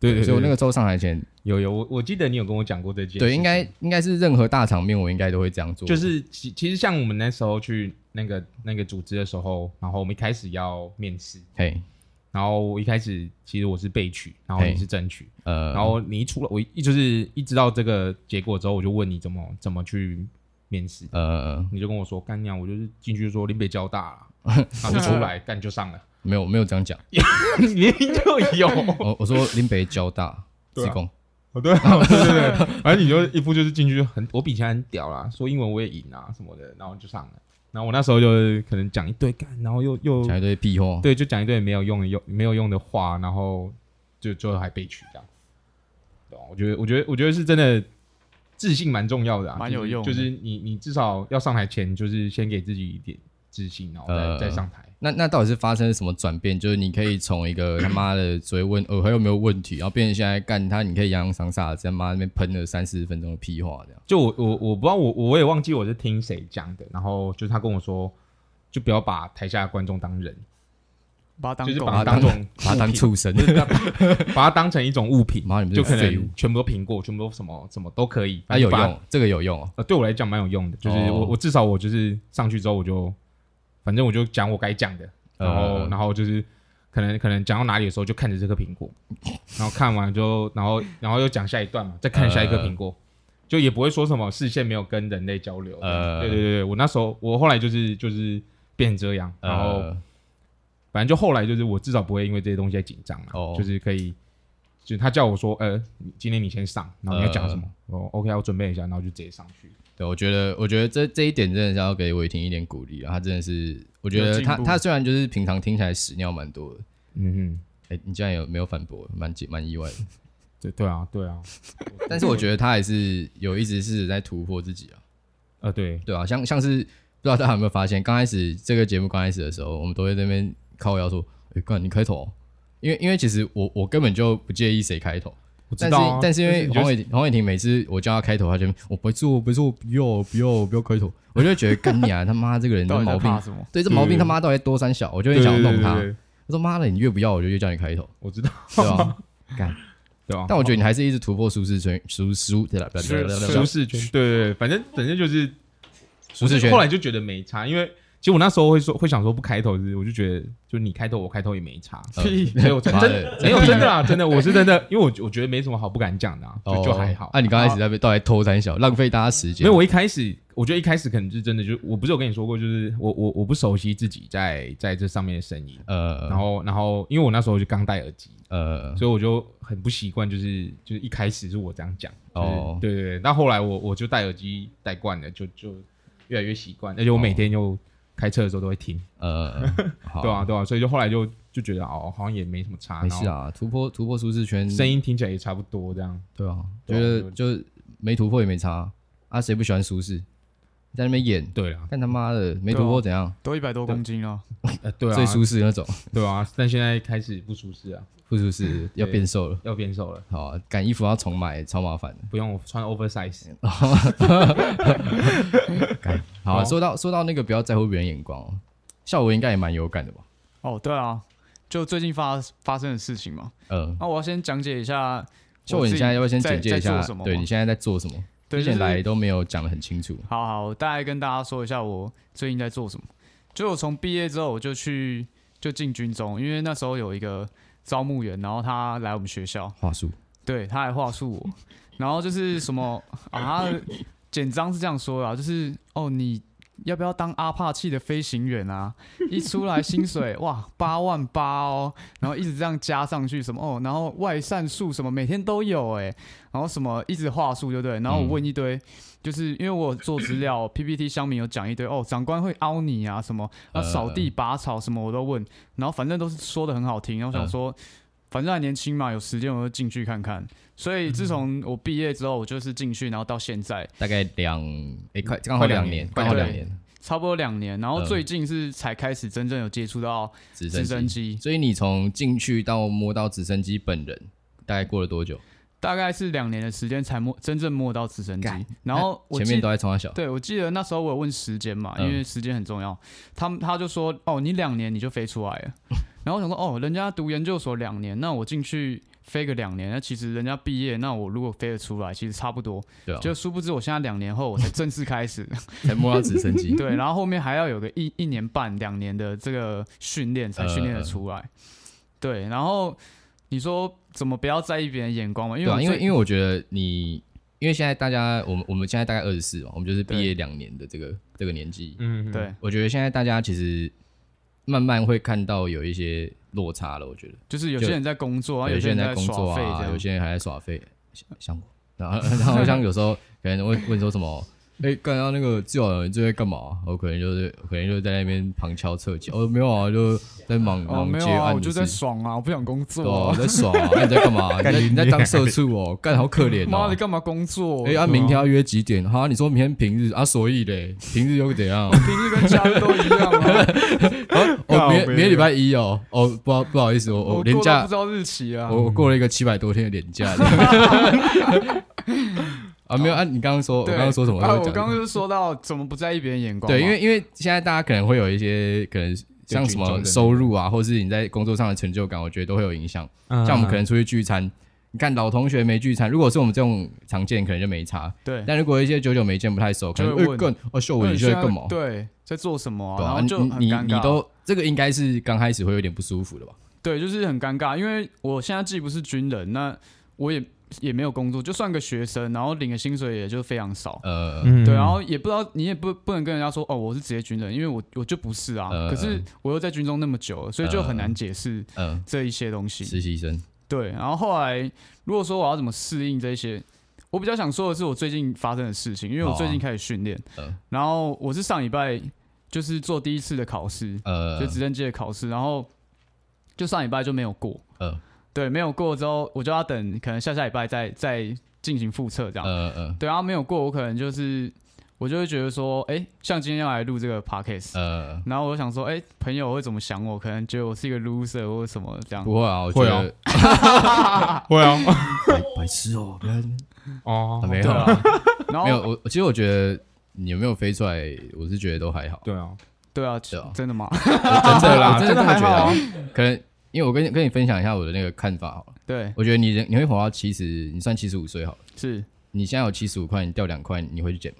[SPEAKER 3] 对对，
[SPEAKER 2] 所以我那
[SPEAKER 3] 个
[SPEAKER 2] 个时候上台前，
[SPEAKER 3] 有有，我我记得你有跟我讲过这件事情，
[SPEAKER 2] 对，应该应该是任何大场面我应该都会这样做，
[SPEAKER 3] 就是其其实像我们那时候去那个那个组织的时候，然后我们一开始要面试，
[SPEAKER 2] 嘿，
[SPEAKER 3] 然后我一开始其实我是被取，然后
[SPEAKER 2] 嘿
[SPEAKER 3] 你是争取，
[SPEAKER 2] 呃，
[SPEAKER 3] 然后你一出来，我一就是一知道这个结果之后，我就问你怎么怎么去面试，
[SPEAKER 2] 呃，
[SPEAKER 3] 你就跟我说干娘，我就是进去就说林北交大 啦，然后就出来干就上了，
[SPEAKER 2] 没有没有这样讲，
[SPEAKER 3] 你就有，
[SPEAKER 2] 我我说林北交大
[SPEAKER 3] 对
[SPEAKER 2] 自
[SPEAKER 3] 啊
[SPEAKER 2] 贡，
[SPEAKER 3] 哦对啊对对对， 反正你就一副就是进去就很，我比以前很屌啦，说英文我也赢啊什么的，然后就上了，然后我那时候就是可能讲一堆干，然后又又
[SPEAKER 2] 讲一堆屁话，
[SPEAKER 3] 对，就讲一堆没有用的用没有用的话，然后就最后还被取这样。对啊我觉得，我觉得，我觉得是真的，自信蛮重要的、啊，
[SPEAKER 1] 蛮
[SPEAKER 3] 就是
[SPEAKER 1] 有用的
[SPEAKER 3] 就是你，你至少要上台前，就是先给自己一点自信，然后再、
[SPEAKER 2] 呃
[SPEAKER 3] 再上台。
[SPEAKER 2] 那那到底是发生了什么转变？就是你可以从一个他妈的追问，呃，还有没有问题，然后变成现在干他，你可以洋洋洒洒地在妈那边喷了三四十分钟的屁话， 这样，
[SPEAKER 3] 就我我我不知道我我也忘记我是听谁讲的，然后就是他跟我说，就不要把台下的观众当人，
[SPEAKER 1] 把他
[SPEAKER 3] 就
[SPEAKER 1] 当
[SPEAKER 3] 是
[SPEAKER 1] 狗
[SPEAKER 3] 把，它
[SPEAKER 2] 把
[SPEAKER 3] 当
[SPEAKER 2] 它
[SPEAKER 3] 成
[SPEAKER 2] 把他 当畜 生，
[SPEAKER 3] 把它当成一种物品，
[SPEAKER 2] 妈你们
[SPEAKER 3] 就
[SPEAKER 2] 这
[SPEAKER 3] 可
[SPEAKER 2] 个废物
[SPEAKER 3] 能，全部都苹果，全部都什么什么都可以，
[SPEAKER 2] 啊有
[SPEAKER 3] 反正把它
[SPEAKER 2] 用，这个有用哦，
[SPEAKER 3] 呃，对我来讲蛮有用的，就是
[SPEAKER 2] 哦
[SPEAKER 3] 我、我至少我就是上去之后我就，反正我就讲我该讲的，然后、
[SPEAKER 2] 呃
[SPEAKER 3] 然后就是可能可能讲到哪里的时候就看着这颗苹果，然后看完就然后然后又讲下一段嘛，再看下一颗
[SPEAKER 2] 呃
[SPEAKER 3] 苹果，就也不会说什么视线没有跟人类交流。
[SPEAKER 2] 呃
[SPEAKER 3] 对对对对，我那时候我后来就是就是变成这样，然后、
[SPEAKER 2] 呃
[SPEAKER 3] 反正就后来就是我至少不会因为这些东西在紧张嘛，
[SPEAKER 2] 哦
[SPEAKER 3] 就是可以，就是他叫我说，呃，你今天你先上，然后你要讲什
[SPEAKER 2] 呃
[SPEAKER 3] 么，哦，OK，我准备一下，然后就直接上去。
[SPEAKER 2] 对，我觉得，我觉得这这一点真的是要给伟霆一点鼓励啊！他真的是，我觉
[SPEAKER 1] 有
[SPEAKER 2] 得
[SPEAKER 1] 进
[SPEAKER 2] 他
[SPEAKER 1] 步
[SPEAKER 2] 他虽然就是平常听起来屎尿蛮多的，
[SPEAKER 3] 嗯嗯，
[SPEAKER 2] 哎、你竟然有没有反驳，蛮解蛮意外的。
[SPEAKER 3] 对对啊，对啊，
[SPEAKER 2] 但是我觉得他还是有一直是在突破自己啊，
[SPEAKER 3] 呃，对，
[SPEAKER 2] 对啊，像像是不知道大家有没有发现，刚开始这个节目刚开始的时候，我们都会在那边靠腰说，哎、干你开头哦、因为因为其实我我根本就不介意谁开头，
[SPEAKER 3] 我知
[SPEAKER 2] 但是
[SPEAKER 3] 道啊，
[SPEAKER 2] 但是因为
[SPEAKER 3] 你
[SPEAKER 2] 黄
[SPEAKER 3] 就
[SPEAKER 2] 伟霆黄伟霆每次我叫他开头，他就我不做不做不要不要不要开头，我就觉得干你啊他妈这个人
[SPEAKER 1] 到
[SPEAKER 2] 有
[SPEAKER 1] 底在
[SPEAKER 2] 毛病
[SPEAKER 1] 怕，什么？
[SPEAKER 2] 对，这毛病他妈到底多三小，我就很想要弄他
[SPEAKER 3] 嗯对。对对对
[SPEAKER 2] 我说妈的，你越不要，我就越叫你开头，
[SPEAKER 3] 我知道，
[SPEAKER 2] 对吧？
[SPEAKER 3] 对啊。
[SPEAKER 2] 但我觉得你还是一直突破舒适圈，舒舒对了，
[SPEAKER 1] 是
[SPEAKER 3] 舒适圈，对对对，反正反正就是
[SPEAKER 2] 舒适圈
[SPEAKER 3] 后。来就觉得没差，因为其实我那时候会说会想说不开头，就是我就觉得就你开头我开头也没差，
[SPEAKER 2] 呃
[SPEAKER 1] 屁
[SPEAKER 3] 所以我真
[SPEAKER 2] 妈
[SPEAKER 3] 真
[SPEAKER 2] 的
[SPEAKER 3] 没有真的啦，真的我是真的，因为我我觉得没什么好不敢讲的啊，就就还好
[SPEAKER 2] 那、。啊、你刚开始在被到底偷三小，浪费大家时间。
[SPEAKER 3] 没有，我一开始我觉得一开始可能是真的，就我不是有跟你说过，就是我我我不熟悉自己在在这上面的声音，
[SPEAKER 2] 呃，
[SPEAKER 3] 然后然后因为我那时候就刚戴耳机，
[SPEAKER 2] 呃，
[SPEAKER 3] 所以我就很不习惯，就是就是一开始是我这样讲，
[SPEAKER 2] 哦
[SPEAKER 3] 哦，对对对，但后来我我就戴耳机戴惯了，就就越来越习惯，而且我每天就开车的时候都会听，
[SPEAKER 2] 呃，好，
[SPEAKER 3] 对啊，对啊，所以就后来就就觉得哦，好像也没什么差，
[SPEAKER 2] 没事，啊，嗯突破突破舒适圈，
[SPEAKER 3] 声音听起来也差不多这样，
[SPEAKER 2] 对啊，
[SPEAKER 3] 对啊
[SPEAKER 2] 觉得就没突破也没差啊，谁不喜欢舒适？在那边演，
[SPEAKER 3] 对啦，
[SPEAKER 2] 看他妈的没突破怎样，
[SPEAKER 1] 都一百多公斤了，
[SPEAKER 3] 呃，对啊，
[SPEAKER 2] 最舒适那种，
[SPEAKER 3] 对啊，但现在开始不舒适啊，
[SPEAKER 2] 不舒适要变瘦了。
[SPEAKER 3] 要变瘦了，
[SPEAKER 2] 好、啊，赶衣服要重买，超麻烦的。
[SPEAKER 3] 不用穿 oversize。
[SPEAKER 2] 好、啊，说到说到那个不要在乎别人眼光、哦，效果应该也蛮有感的吧？
[SPEAKER 1] 哦，对啊，就最近发发生的事情嘛。
[SPEAKER 2] 嗯，
[SPEAKER 1] 那我要先讲解一下
[SPEAKER 2] 效
[SPEAKER 1] 我
[SPEAKER 2] 果
[SPEAKER 1] 自己在，
[SPEAKER 2] 你现在要不要先简介一
[SPEAKER 1] 在
[SPEAKER 2] 下
[SPEAKER 1] 做什么？
[SPEAKER 2] 对
[SPEAKER 1] 吗
[SPEAKER 2] 你现在在做什么？
[SPEAKER 1] 对
[SPEAKER 2] 之
[SPEAKER 1] 就
[SPEAKER 2] 前
[SPEAKER 1] 是
[SPEAKER 2] 来都没有讲的很清楚。
[SPEAKER 1] 好好，我大概跟大家说一下我最近在做什么。就我从毕业之后，我就去就进军中，因为那时候有一个招募员，然后他来我们学校，
[SPEAKER 2] 话术，
[SPEAKER 1] 对他还话术我，然后就是什么啊，他简章是这样说的、啊，就是哦，你要不要当阿帕契的飞行员啊？一出来薪水哇八万八哦，然后一直这样加上去什么哦，然后外散数什么每天都有哎、然后什么一直话术对不对？然后我问一堆，就是因为我有做资 料 PPT 乡民有讲一堆哦，长官会凹你啊什么，啊
[SPEAKER 2] 呃
[SPEAKER 1] 扫地拔草什么我都问，然后反正都是说的很好听，然后我想
[SPEAKER 2] 嗯
[SPEAKER 1] 说。反正还年轻嘛，有时间我就进去看看。所以自从我毕业之后，我就是进去，然后到现在
[SPEAKER 2] 大概两诶、快刚好
[SPEAKER 3] 快两
[SPEAKER 2] 两
[SPEAKER 3] 年
[SPEAKER 2] 年，刚好
[SPEAKER 1] 对
[SPEAKER 2] 两年，
[SPEAKER 1] 差不多两年，然后
[SPEAKER 2] 嗯
[SPEAKER 1] 最近是才开始真正有接触到
[SPEAKER 2] 直
[SPEAKER 1] 直
[SPEAKER 2] 升
[SPEAKER 1] 升
[SPEAKER 2] 机。
[SPEAKER 1] 机，
[SPEAKER 2] 所以你从进去到摸到直升机本人，大概过了多久？
[SPEAKER 1] 大概是两年的时间才摸真正摸到直升机。然后我
[SPEAKER 2] 前
[SPEAKER 1] 记
[SPEAKER 2] 面都在冲他小，
[SPEAKER 1] 对，我记得那时候我有问时间嘛，因
[SPEAKER 2] 嗯
[SPEAKER 1] 为时间很重要。他们他就说，哦，你两年你就飞出来了。 然后我想说，哦，人家读研究所两年，那我进去飞个两年，那其实人家毕业，那我如果飞得出来，其实差不多。
[SPEAKER 2] 对啊，
[SPEAKER 1] 就殊不知我现在两年后我才正式开始，
[SPEAKER 2] 才摸到直升机。
[SPEAKER 1] 对，然后后面还要有个一一年半、两年的这个训练
[SPEAKER 2] 呃
[SPEAKER 1] 才训练的出来。对，然后你说怎么不要在意别人眼光嘛？因为
[SPEAKER 2] 对啊，
[SPEAKER 1] 我
[SPEAKER 2] 因为因
[SPEAKER 1] 为
[SPEAKER 2] 为我觉得你，因为现在大家，我们我们现在大概二十四嘛，我们就是毕
[SPEAKER 1] 对
[SPEAKER 2] 业两年的这个这个年纪，
[SPEAKER 3] 嗯，
[SPEAKER 1] 对，
[SPEAKER 2] 我觉得现在大家其实慢慢会看到有一些落差了。我觉得，
[SPEAKER 1] 就是有些人在工作啊，
[SPEAKER 2] 有
[SPEAKER 1] 些
[SPEAKER 2] 些人
[SPEAKER 1] 在
[SPEAKER 2] 工作
[SPEAKER 1] 耍废这
[SPEAKER 2] 啊，
[SPEAKER 1] 样。
[SPEAKER 2] 有些人还在耍废，像像我，然后 然后像有时候可能会问说什么。哎，干到那个志友，你最近在干嘛？我可能就是，可能就在那边旁敲侧击。哦，没有啊，就在忙
[SPEAKER 1] 哦，
[SPEAKER 2] 忙
[SPEAKER 1] 没
[SPEAKER 2] 接
[SPEAKER 1] 有啊，
[SPEAKER 2] 案
[SPEAKER 1] 我
[SPEAKER 2] 的
[SPEAKER 1] 就
[SPEAKER 2] 事。
[SPEAKER 1] 在爽啊，我不想工
[SPEAKER 2] 对啊
[SPEAKER 1] 作、
[SPEAKER 2] 我
[SPEAKER 1] 啊。
[SPEAKER 2] 在爽啊！啊你在干嘛？ 你在你在当社畜哦，干好可怜哦。
[SPEAKER 1] 妈的，干嘛工作？
[SPEAKER 2] 哎，啊，明天要约几点？哈，你说明天平日啊，所以嘞，平日又 怎样？
[SPEAKER 1] 平日跟假日都一样啊。
[SPEAKER 2] 哦，
[SPEAKER 1] 靠
[SPEAKER 2] 明
[SPEAKER 1] 北
[SPEAKER 2] 明天礼拜一哦，哦，不好不好意思， 我
[SPEAKER 1] 我
[SPEAKER 2] 我
[SPEAKER 1] 过
[SPEAKER 2] 年
[SPEAKER 1] 都
[SPEAKER 2] 假
[SPEAKER 1] 不知，道日期啊。
[SPEAKER 2] 我我过了一个七百多天的年 假。 啊，没有啊，你刚刚说，我
[SPEAKER 1] 对，
[SPEAKER 2] 刚刚说什么？
[SPEAKER 1] 啊，
[SPEAKER 2] 会
[SPEAKER 1] 我
[SPEAKER 2] 讲
[SPEAKER 1] 刚刚就说到怎么不在意别人眼光嘛。
[SPEAKER 2] 对，因为因为现在大家可能会有一些可能像什
[SPEAKER 3] 群众
[SPEAKER 2] 么
[SPEAKER 3] 的
[SPEAKER 2] 收入啊，或是你在工作上的成就感，我觉得都会有影响。
[SPEAKER 3] 嗯
[SPEAKER 2] 像我
[SPEAKER 1] 啊
[SPEAKER 2] 们可能出去聚餐，你看老同学没聚餐，如果是我们这种常见，可能就没差。
[SPEAKER 1] 对，
[SPEAKER 2] 但如果一些久久没见不太熟，可能
[SPEAKER 1] 就会
[SPEAKER 2] 会
[SPEAKER 1] 问
[SPEAKER 2] 更哦秀
[SPEAKER 1] 那
[SPEAKER 2] 文
[SPEAKER 1] 你
[SPEAKER 2] 你现在
[SPEAKER 1] 现在
[SPEAKER 2] 干嘛？
[SPEAKER 1] 对，在做什么啊？
[SPEAKER 2] 对
[SPEAKER 1] 然
[SPEAKER 2] 啊，
[SPEAKER 1] 后就很
[SPEAKER 2] 你你
[SPEAKER 1] 尴
[SPEAKER 2] 你
[SPEAKER 1] 尬。
[SPEAKER 2] 都这个应该是刚开始会有点不舒服的吧？
[SPEAKER 1] 对，就是很尴尬，因为我现在既不是军人，那我也也没有工作，就算个学生，然后领的薪水也就非常少。
[SPEAKER 2] 呃，
[SPEAKER 3] 嗯
[SPEAKER 1] 对，然啊后也不知道，你也不不能跟人家说哦，我是职业军人，因为我我就不是啊。
[SPEAKER 2] 呃
[SPEAKER 1] 可是我又在军中那么久了，所以就很难解释
[SPEAKER 2] 嗯，
[SPEAKER 1] 这一些东西。
[SPEAKER 2] 实习生，
[SPEAKER 1] 对，然后后来如果说我要怎么适应这些，我比较想说的是我最近发生的事情，因为我
[SPEAKER 2] 好啊
[SPEAKER 1] 最近开始训练，
[SPEAKER 2] 呃
[SPEAKER 1] 然后我是上礼拜就是做第一次的考试，
[SPEAKER 2] 呃
[SPEAKER 1] 就直升机的考试，然后就上礼拜就没有过，
[SPEAKER 2] 呃
[SPEAKER 1] 对，没有过之后，我就要等可能下下礼拜再再进行复测这样。
[SPEAKER 2] 呃呃
[SPEAKER 1] 对，然后没有过，我可能就是我就会觉得说，哎、像今天要来录这个 podcast，、
[SPEAKER 2] 呃，
[SPEAKER 1] 然后我就想说，哎、朋友会怎么想我？可能觉得我是一个 loser 或者什么这样。
[SPEAKER 2] 不会啊，我觉得
[SPEAKER 3] 会会啊，
[SPEAKER 2] 白白痴哦，不要
[SPEAKER 3] 哦
[SPEAKER 2] 啊，没有
[SPEAKER 1] 对
[SPEAKER 2] 啊
[SPEAKER 1] 啊， 然
[SPEAKER 2] 没有，
[SPEAKER 1] 后
[SPEAKER 2] 我我其实我觉得你有没有飞出来，我是觉得都还好，
[SPEAKER 3] 对啊，
[SPEAKER 1] 对啊
[SPEAKER 2] 对啊，
[SPEAKER 1] 真的 吗？
[SPEAKER 2] 真的
[SPEAKER 3] 啦
[SPEAKER 2] 我真
[SPEAKER 3] 真
[SPEAKER 2] 这
[SPEAKER 3] 的
[SPEAKER 2] 么
[SPEAKER 3] 还
[SPEAKER 2] 觉得
[SPEAKER 3] 好
[SPEAKER 2] 啊
[SPEAKER 3] 啊。
[SPEAKER 2] 可能因为我跟你跟你分享一下我的那个看法好了，
[SPEAKER 1] 对，
[SPEAKER 2] 我觉得你人你会活到七十，你算七十五岁好了，
[SPEAKER 1] 是
[SPEAKER 2] 你现在有七十五块，你掉两块，你会去捡吗？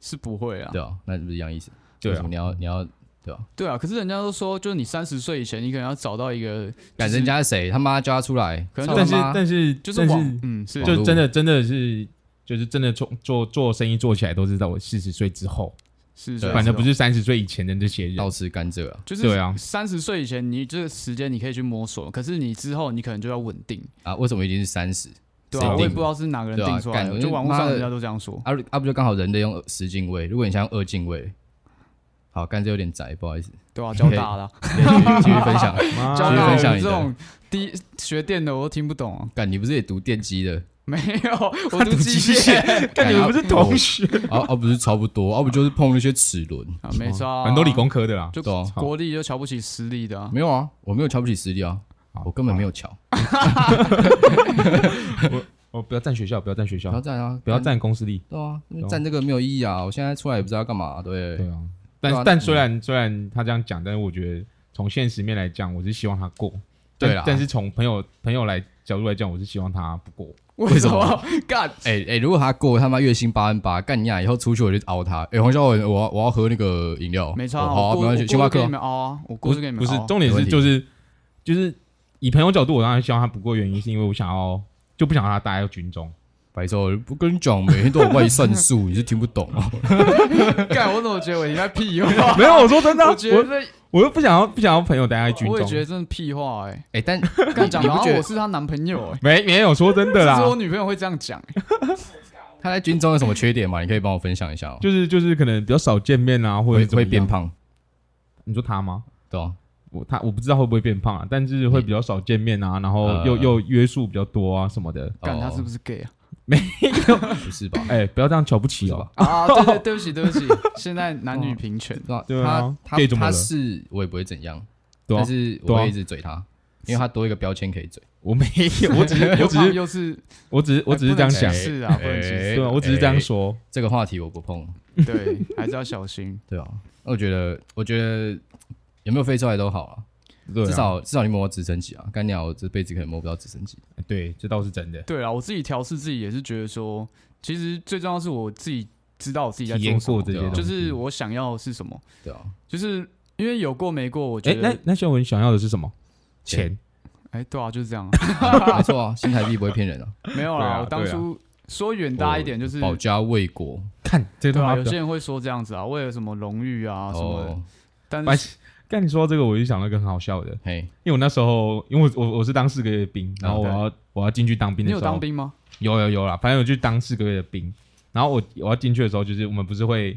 [SPEAKER 1] 是不会啊。
[SPEAKER 2] 对啊，那是不是一样意思？
[SPEAKER 3] 对啊
[SPEAKER 2] 为什么你要你要对啊？
[SPEAKER 1] 对啊，可是人家都说，就是你三十岁以前，你可能要找到一个，
[SPEAKER 2] 赶人家谁他妈叫他出来，
[SPEAKER 1] 可能
[SPEAKER 2] 操
[SPEAKER 1] 就
[SPEAKER 3] 但是
[SPEAKER 2] 他妈
[SPEAKER 3] 但是
[SPEAKER 1] 啊就是
[SPEAKER 3] 但
[SPEAKER 1] 网
[SPEAKER 3] 是，
[SPEAKER 1] 嗯，是
[SPEAKER 2] 网
[SPEAKER 3] 就
[SPEAKER 2] 络
[SPEAKER 3] 真的真的是就是真的做做做生意做起来都是在我四十岁之后，
[SPEAKER 1] 是，
[SPEAKER 2] 对
[SPEAKER 1] 是
[SPEAKER 3] 反正不，
[SPEAKER 1] 是
[SPEAKER 3] 是三十岁以前的那些人
[SPEAKER 2] 倒。吃甘蔗啊，
[SPEAKER 1] 就是
[SPEAKER 3] 对啊
[SPEAKER 1] 三十岁以前，你这个时间你可以去摸索，可是你之后你可能就要稳定。
[SPEAKER 2] 啊，为什么一定是三十？
[SPEAKER 1] 对
[SPEAKER 2] 谁
[SPEAKER 1] 啊，
[SPEAKER 2] 定
[SPEAKER 1] 我也
[SPEAKER 2] 的
[SPEAKER 1] 不知道是哪个人
[SPEAKER 2] 对啊
[SPEAKER 1] 定出来
[SPEAKER 2] 干
[SPEAKER 1] 的，就网络
[SPEAKER 2] 妈
[SPEAKER 1] 上
[SPEAKER 2] 的
[SPEAKER 1] 人家都这样说。
[SPEAKER 2] 啊啊不就刚好人类用十进位，如果你现在用二进位，好，甘蔗有点窄，不好意思，
[SPEAKER 1] 对啊，交大了，
[SPEAKER 2] 可以继续继续分享。
[SPEAKER 3] 妈
[SPEAKER 1] 交
[SPEAKER 2] 继续
[SPEAKER 1] 大
[SPEAKER 2] 分
[SPEAKER 1] 我
[SPEAKER 2] 享
[SPEAKER 1] 们
[SPEAKER 2] 你
[SPEAKER 1] 这
[SPEAKER 2] 的
[SPEAKER 1] 种第一学电的我都听不懂啊。
[SPEAKER 2] 干，你不是也读电机的？
[SPEAKER 1] 没有，我读机
[SPEAKER 3] 机
[SPEAKER 1] 械
[SPEAKER 3] 跟你们不是同学，
[SPEAKER 2] 啊啊，不是差不多啊，不就是碰那些齿轮？
[SPEAKER 1] 啊，没错
[SPEAKER 2] 哦
[SPEAKER 1] 啊，
[SPEAKER 3] 很多理工科的啦。
[SPEAKER 1] 就
[SPEAKER 2] 对啊
[SPEAKER 1] 国力就瞧不起私立的啊，
[SPEAKER 2] 没有啊，我没有瞧不起实力啊，我根本没有瞧，
[SPEAKER 3] 哦，不要占学校，不要占学
[SPEAKER 2] 不要
[SPEAKER 3] 校，
[SPEAKER 2] 站啊，
[SPEAKER 3] 不要，占公司力。
[SPEAKER 2] 对啊，因为站这个没有意义啊，我现在出来也不知道要干嘛，对
[SPEAKER 3] 对
[SPEAKER 2] 对
[SPEAKER 3] 啊，但
[SPEAKER 2] 啊
[SPEAKER 3] 但虽然虽然他这样讲，但是我觉得从现实面来讲，我是希望他过。但
[SPEAKER 2] 对啦
[SPEAKER 3] 但是从朋友朋友来角度来讲，我是希望他不过。
[SPEAKER 1] 为什么？干，
[SPEAKER 2] 哎、哎、如果他过他妈月薪八万八，干你俩以后出去我就熬他。哎、黄小伟，我要我要喝那个饮料。
[SPEAKER 1] 没差
[SPEAKER 2] 哦
[SPEAKER 1] 啊，
[SPEAKER 2] 好、
[SPEAKER 1] 我
[SPEAKER 2] 啊，没
[SPEAKER 1] 过我
[SPEAKER 2] 关系，星
[SPEAKER 1] 过
[SPEAKER 2] 巴
[SPEAKER 1] 是给
[SPEAKER 2] 克
[SPEAKER 1] 你。们熬啊，我过是给你们
[SPEAKER 3] 不是
[SPEAKER 1] 熬啊，
[SPEAKER 3] 重点
[SPEAKER 2] 没问题
[SPEAKER 3] 是就是就是以朋友角度，我当然希望他不过，原因是因为我想要就不想让他待在军中。
[SPEAKER 2] 白昼不跟你讲，每天都有外算术，你是听不懂啊。
[SPEAKER 1] 干，我怎么觉得我你在屁话？
[SPEAKER 3] 没有，我说真的啊，
[SPEAKER 1] 我觉
[SPEAKER 3] 我
[SPEAKER 1] 得
[SPEAKER 3] 我又不想要不想要朋友待在军
[SPEAKER 1] 我也觉
[SPEAKER 3] 中。
[SPEAKER 1] 得真的屁话 哎，
[SPEAKER 2] 哎、但
[SPEAKER 1] 干讲
[SPEAKER 2] 你
[SPEAKER 1] 的
[SPEAKER 2] 不
[SPEAKER 1] 好像
[SPEAKER 2] 觉得
[SPEAKER 1] 我是她男朋友哎，
[SPEAKER 3] 没没有说真的
[SPEAKER 1] 只
[SPEAKER 3] 啦
[SPEAKER 1] 是，我女朋友会这样讲哎，
[SPEAKER 2] 他在军中有什么缺点吗？你可以帮我分享一下哦。
[SPEAKER 3] 就是就是可能比较少见面啊，或
[SPEAKER 2] 会
[SPEAKER 3] 者怎么
[SPEAKER 2] 会
[SPEAKER 3] 样
[SPEAKER 2] 变。胖，
[SPEAKER 3] 你说他吗？
[SPEAKER 2] 对啊，
[SPEAKER 3] 我他我不知道会不会变胖啊，但是会比较少见面啊，然后又、
[SPEAKER 2] 呃
[SPEAKER 3] 又约束比较多啊什么的。
[SPEAKER 1] 干她是不
[SPEAKER 2] 是？
[SPEAKER 1] 是 gay 啊？
[SPEAKER 2] 哦不是吧？
[SPEAKER 3] 哎、不要这样瞧不起
[SPEAKER 2] 是
[SPEAKER 3] 哦
[SPEAKER 2] 吧。？
[SPEAKER 1] 啊，哦对对，对不起对不起，现在男女平 权，
[SPEAKER 2] 对啊，
[SPEAKER 3] 对啊
[SPEAKER 2] 他
[SPEAKER 3] gay
[SPEAKER 2] 他
[SPEAKER 3] 怎么了
[SPEAKER 2] 他是我也不会怎样，
[SPEAKER 3] 对啊
[SPEAKER 2] 但是
[SPEAKER 3] 对
[SPEAKER 2] 我
[SPEAKER 3] 啊
[SPEAKER 2] 会一直嘴他，因为他多一个标签可以嘴。
[SPEAKER 3] 我没有，我 只是我
[SPEAKER 1] 又
[SPEAKER 3] 只
[SPEAKER 1] 胖
[SPEAKER 3] 是
[SPEAKER 1] 又是
[SPEAKER 3] 我只是我只是这样想，
[SPEAKER 1] 是啊，不能歧视，
[SPEAKER 2] 哎
[SPEAKER 3] 对啊，我只是这样
[SPEAKER 2] 哎
[SPEAKER 3] 说。
[SPEAKER 2] 这个话题我不碰。
[SPEAKER 1] 对，还是要小心。
[SPEAKER 2] 对啊，那我觉得，我觉得有没有飞出来都好啊，
[SPEAKER 3] 对啊
[SPEAKER 2] 至少至少你摸到直升机啊。干鸟，我这辈子可能摸不到直升机。
[SPEAKER 3] 哎对，这倒是真的。
[SPEAKER 1] 对啊，我自己调试自己也是觉得说，其实最重要是我自己知道我自己在
[SPEAKER 3] 体
[SPEAKER 1] 做
[SPEAKER 3] 验
[SPEAKER 1] 什么
[SPEAKER 3] 过这些
[SPEAKER 2] 对啊
[SPEAKER 3] 东
[SPEAKER 1] 就
[SPEAKER 3] 西，
[SPEAKER 1] 是我想要的是什么，
[SPEAKER 2] 对啊，
[SPEAKER 1] 就是因为有过没过，我
[SPEAKER 3] 哎、
[SPEAKER 1] 觉得
[SPEAKER 3] 那那秀文想要的是什么？钱。
[SPEAKER 1] 哎、对啊，就是这样，
[SPEAKER 2] 没错啊，新台币不会骗人啊。
[SPEAKER 1] 没有啦，
[SPEAKER 3] 对啊
[SPEAKER 1] 我当初说远大一点 就是。
[SPEAKER 2] 保家卫国
[SPEAKER 3] 看这
[SPEAKER 1] 对
[SPEAKER 3] 段
[SPEAKER 1] 啊，
[SPEAKER 3] 话
[SPEAKER 1] 有
[SPEAKER 3] 不
[SPEAKER 1] 些
[SPEAKER 3] 要，
[SPEAKER 1] 人会说这样子啊，为了什么荣誉啊什么的，
[SPEAKER 2] 哦，
[SPEAKER 1] 但
[SPEAKER 3] 白
[SPEAKER 1] 是
[SPEAKER 3] 痴干你说到这个，我就想到一个很好笑的，
[SPEAKER 2] 嘿，
[SPEAKER 3] 因为我那时候，因为我我我是当四个月的兵，然后我要、我要进去当兵
[SPEAKER 1] 啊你
[SPEAKER 3] 的时
[SPEAKER 1] 有
[SPEAKER 3] 候，
[SPEAKER 1] 当兵吗？
[SPEAKER 3] 有有有啦，反正我去当四个月的兵，然后我我要进去的时候，就是我们不是会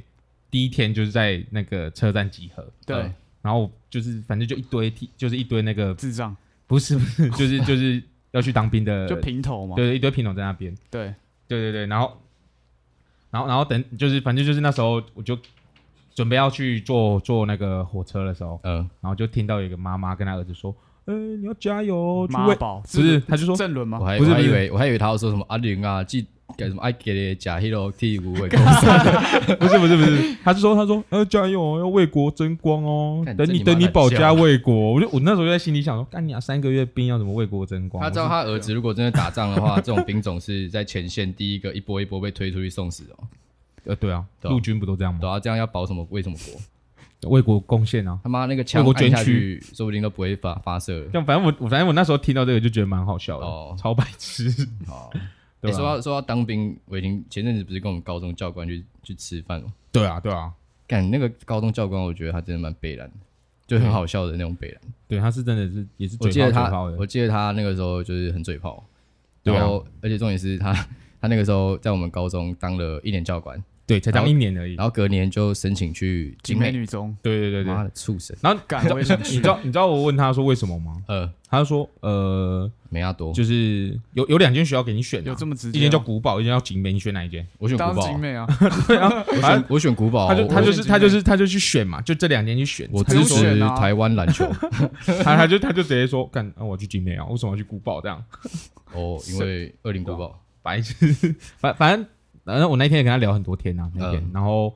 [SPEAKER 3] 第一天就是在那个车站集合，
[SPEAKER 2] 呃
[SPEAKER 1] 对，
[SPEAKER 3] 然后就是反正就一堆 T，就是一堆那个
[SPEAKER 1] 智障
[SPEAKER 3] 不是不是，就是 就是要去当兵的，
[SPEAKER 1] 就平头嘛。
[SPEAKER 3] 呃对一堆品种在那边，
[SPEAKER 1] 对，
[SPEAKER 3] 对对对，然后然后然后等就是反正就是那时候我就准备要去坐坐那个火车的时候，
[SPEAKER 2] 嗯，
[SPEAKER 3] 然后就听到有一个妈妈跟她儿子说，呃，你要加油哦，去
[SPEAKER 1] 妈
[SPEAKER 3] 为
[SPEAKER 1] 宝
[SPEAKER 3] 不是，他就说
[SPEAKER 1] 正伦
[SPEAKER 2] 我
[SPEAKER 1] 吗？
[SPEAKER 2] 还
[SPEAKER 3] 不
[SPEAKER 2] 我
[SPEAKER 3] 是
[SPEAKER 2] 还
[SPEAKER 3] 不
[SPEAKER 2] 以
[SPEAKER 3] 是
[SPEAKER 2] 为我还以为他要说什么阿玲啊，记给什么爱给的假 hero T 五 位，
[SPEAKER 3] 不是不是不是， 他是说他说要加油哦，要为国争光哦
[SPEAKER 2] 干，
[SPEAKER 3] 等
[SPEAKER 2] 这
[SPEAKER 3] 你
[SPEAKER 2] 你妈
[SPEAKER 3] 等你
[SPEAKER 2] 敢
[SPEAKER 3] 保
[SPEAKER 2] 笑
[SPEAKER 3] 家卫国。我就我那时候就在心里想说，干你啊，三个月兵要怎么为国争光？
[SPEAKER 2] 他知道
[SPEAKER 3] 我
[SPEAKER 2] 他儿子如果真的打仗的话，这种兵种是在前线第一个一波一波被推出去送死的哦。
[SPEAKER 3] 是呃对啊，
[SPEAKER 2] 对啊
[SPEAKER 3] 陆军不都这样吗
[SPEAKER 2] 对？啊，这样要保什么为什么国？
[SPEAKER 3] 为国贡献啊。
[SPEAKER 2] 他妈那个枪
[SPEAKER 3] 为国
[SPEAKER 2] 按下
[SPEAKER 3] 捐
[SPEAKER 2] 去，说不定都不会发发射了。
[SPEAKER 3] 像反正我我反正我那时候听到这个就觉得蛮好笑的，
[SPEAKER 2] 哦
[SPEAKER 3] 超白痴。
[SPEAKER 2] 哦，你、
[SPEAKER 3] 对啊吧
[SPEAKER 2] 说到说到当兵，我已经前阵子不是跟我们高中教官去去吃饭吗？
[SPEAKER 3] 对啊对啊，
[SPEAKER 2] 干那个高中教官，我觉得他真的蛮北蓝的，就很好笑的那种北蓝。
[SPEAKER 3] 对，他是真的是也是
[SPEAKER 2] 我
[SPEAKER 3] 嗯嘴
[SPEAKER 2] 记得
[SPEAKER 3] 炮嘴
[SPEAKER 2] 他
[SPEAKER 3] 炮，的
[SPEAKER 2] 我，记得他那个时候就是很嘴炮，
[SPEAKER 3] 对啊
[SPEAKER 2] 然后、而且重点是他他那个时候在我们高中当了一年教官，
[SPEAKER 3] 对，才
[SPEAKER 2] 然
[SPEAKER 3] 当
[SPEAKER 2] 后
[SPEAKER 3] 一年而已。
[SPEAKER 2] 然后隔年就申请去
[SPEAKER 1] 景
[SPEAKER 2] 景
[SPEAKER 1] 美
[SPEAKER 2] 美，
[SPEAKER 1] 女中，
[SPEAKER 3] 对对对对
[SPEAKER 2] 妈，的畜生，
[SPEAKER 3] 然后
[SPEAKER 1] 干我也想去
[SPEAKER 3] 你知道你知道我问他说为什么吗？
[SPEAKER 2] 呃，
[SPEAKER 3] 他就说呃，
[SPEAKER 2] 没亚多，
[SPEAKER 3] 就是有有两间学校给你选啊，
[SPEAKER 1] 有这么直
[SPEAKER 3] 一
[SPEAKER 1] 接
[SPEAKER 3] 间叫
[SPEAKER 1] 吗？
[SPEAKER 3] 古堡，一间叫景美，你选哪一间？
[SPEAKER 2] 我选古
[SPEAKER 1] 当
[SPEAKER 2] 堡
[SPEAKER 1] 景
[SPEAKER 2] 啊，
[SPEAKER 1] 美啊，
[SPEAKER 2] 我选我选古堡啊，
[SPEAKER 3] 他就
[SPEAKER 2] 我
[SPEAKER 3] 他就
[SPEAKER 1] 我
[SPEAKER 3] 是
[SPEAKER 1] 我
[SPEAKER 3] 他就是他就去选嘛，就这两天去选。
[SPEAKER 2] 我
[SPEAKER 1] 他就
[SPEAKER 2] 支持
[SPEAKER 1] 选啊
[SPEAKER 2] 台湾篮 球
[SPEAKER 3] 他他就他就直接说，干，啊、我去景美啊，为什么要去古堡这样？
[SPEAKER 2] 哦，因为二零古堡。
[SPEAKER 3] 白痴，反反正反正我那天也跟他聊很多天啊，那天，
[SPEAKER 2] 嗯
[SPEAKER 3] 然后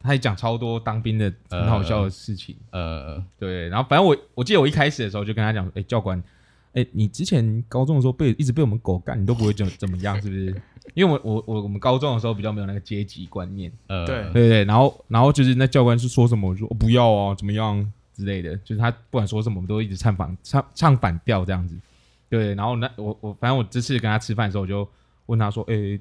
[SPEAKER 3] 他也讲超多当兵的很好
[SPEAKER 2] 嗯
[SPEAKER 3] 笑的事情，
[SPEAKER 1] 啊
[SPEAKER 2] 呃，
[SPEAKER 3] 对。然后反正我我记得我一开始的时候就跟他讲，哎、教官，哎、你之前高中的时候被一直被我们狗干，你都不会怎怎么样，是不是？因为我我我我们高中的时候比较没有那个阶级观念，
[SPEAKER 2] 呃，
[SPEAKER 1] 对
[SPEAKER 3] 对对，然后然后就是那教官是说什么，我说、哦、不要啊，怎么样之类的，就是他不管说什么，我们都一直唱反唱唱反调这样子。对，然后那我我反正我这次跟他吃饭的时候，我就问他说，诶、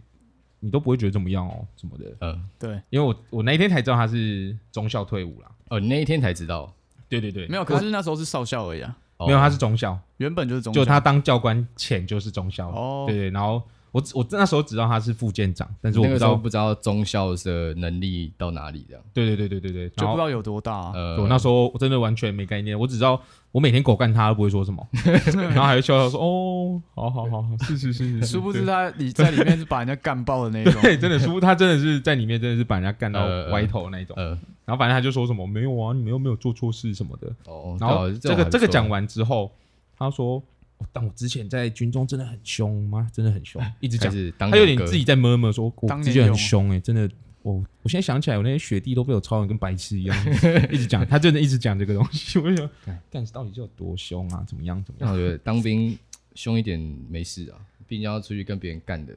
[SPEAKER 3] 你都不会觉得怎么样哦，什么的，
[SPEAKER 2] 呃，
[SPEAKER 1] 对，
[SPEAKER 3] 因为我我那一天才知道他是中校退伍啦。
[SPEAKER 2] 哦，你那一天才知道，
[SPEAKER 3] 对对对，
[SPEAKER 1] 没有，可是那时候是少校而已啊，
[SPEAKER 2] 哦
[SPEAKER 3] 没有，他是中校，
[SPEAKER 1] 原本就是中校，
[SPEAKER 3] 就他当教官前就是中校。
[SPEAKER 1] 哦
[SPEAKER 3] 对对，然后我只我那时候只知道他是副舰长，但是我
[SPEAKER 2] 那
[SPEAKER 3] 不
[SPEAKER 2] 个
[SPEAKER 3] 知
[SPEAKER 2] 时候
[SPEAKER 3] 道，
[SPEAKER 2] 不知道中校的能力到哪里这样。
[SPEAKER 3] 对对对对对对，
[SPEAKER 1] 就
[SPEAKER 3] 然
[SPEAKER 1] 不
[SPEAKER 3] 后
[SPEAKER 1] 知道有多大、啊。
[SPEAKER 2] 呃，
[SPEAKER 3] 对我那时候真的完全没概念，我只知道我每天狗干他都不会说 什么，然后还会笑笑说哦，好好好，好是是是是，
[SPEAKER 1] 殊不
[SPEAKER 3] 对
[SPEAKER 1] 知他你在里面是把人家干爆的那 种，
[SPEAKER 3] 对，真的殊不他真的是在里面真的是把人家干到
[SPEAKER 2] 呃呃
[SPEAKER 3] 歪头那一种，
[SPEAKER 2] 呃，
[SPEAKER 3] 然后反正他就说什么没有啊，你们又没有做错事什么的，
[SPEAKER 2] 哦，
[SPEAKER 3] 然后
[SPEAKER 2] 对啊
[SPEAKER 3] 这个这个讲
[SPEAKER 2] 完，
[SPEAKER 3] 完之后，他说，哦但我之前在军中真的很凶吗？真的很凶，一直
[SPEAKER 2] 开
[SPEAKER 3] 讲，
[SPEAKER 2] 始当
[SPEAKER 3] 他有点
[SPEAKER 2] 两个
[SPEAKER 3] 自己在摸摸说，我
[SPEAKER 1] 当年
[SPEAKER 3] 之前
[SPEAKER 1] 有
[SPEAKER 3] 很凶哎、真的。我我现在想起来，我那些学弟都被我操的跟白痴一 样，一直讲，他真的一直讲这个东西。我就想，干到底是有多凶啊？怎么样？怎么样？
[SPEAKER 2] 那我觉得哦当兵凶一点没事啊，毕竟要出去跟别人干的。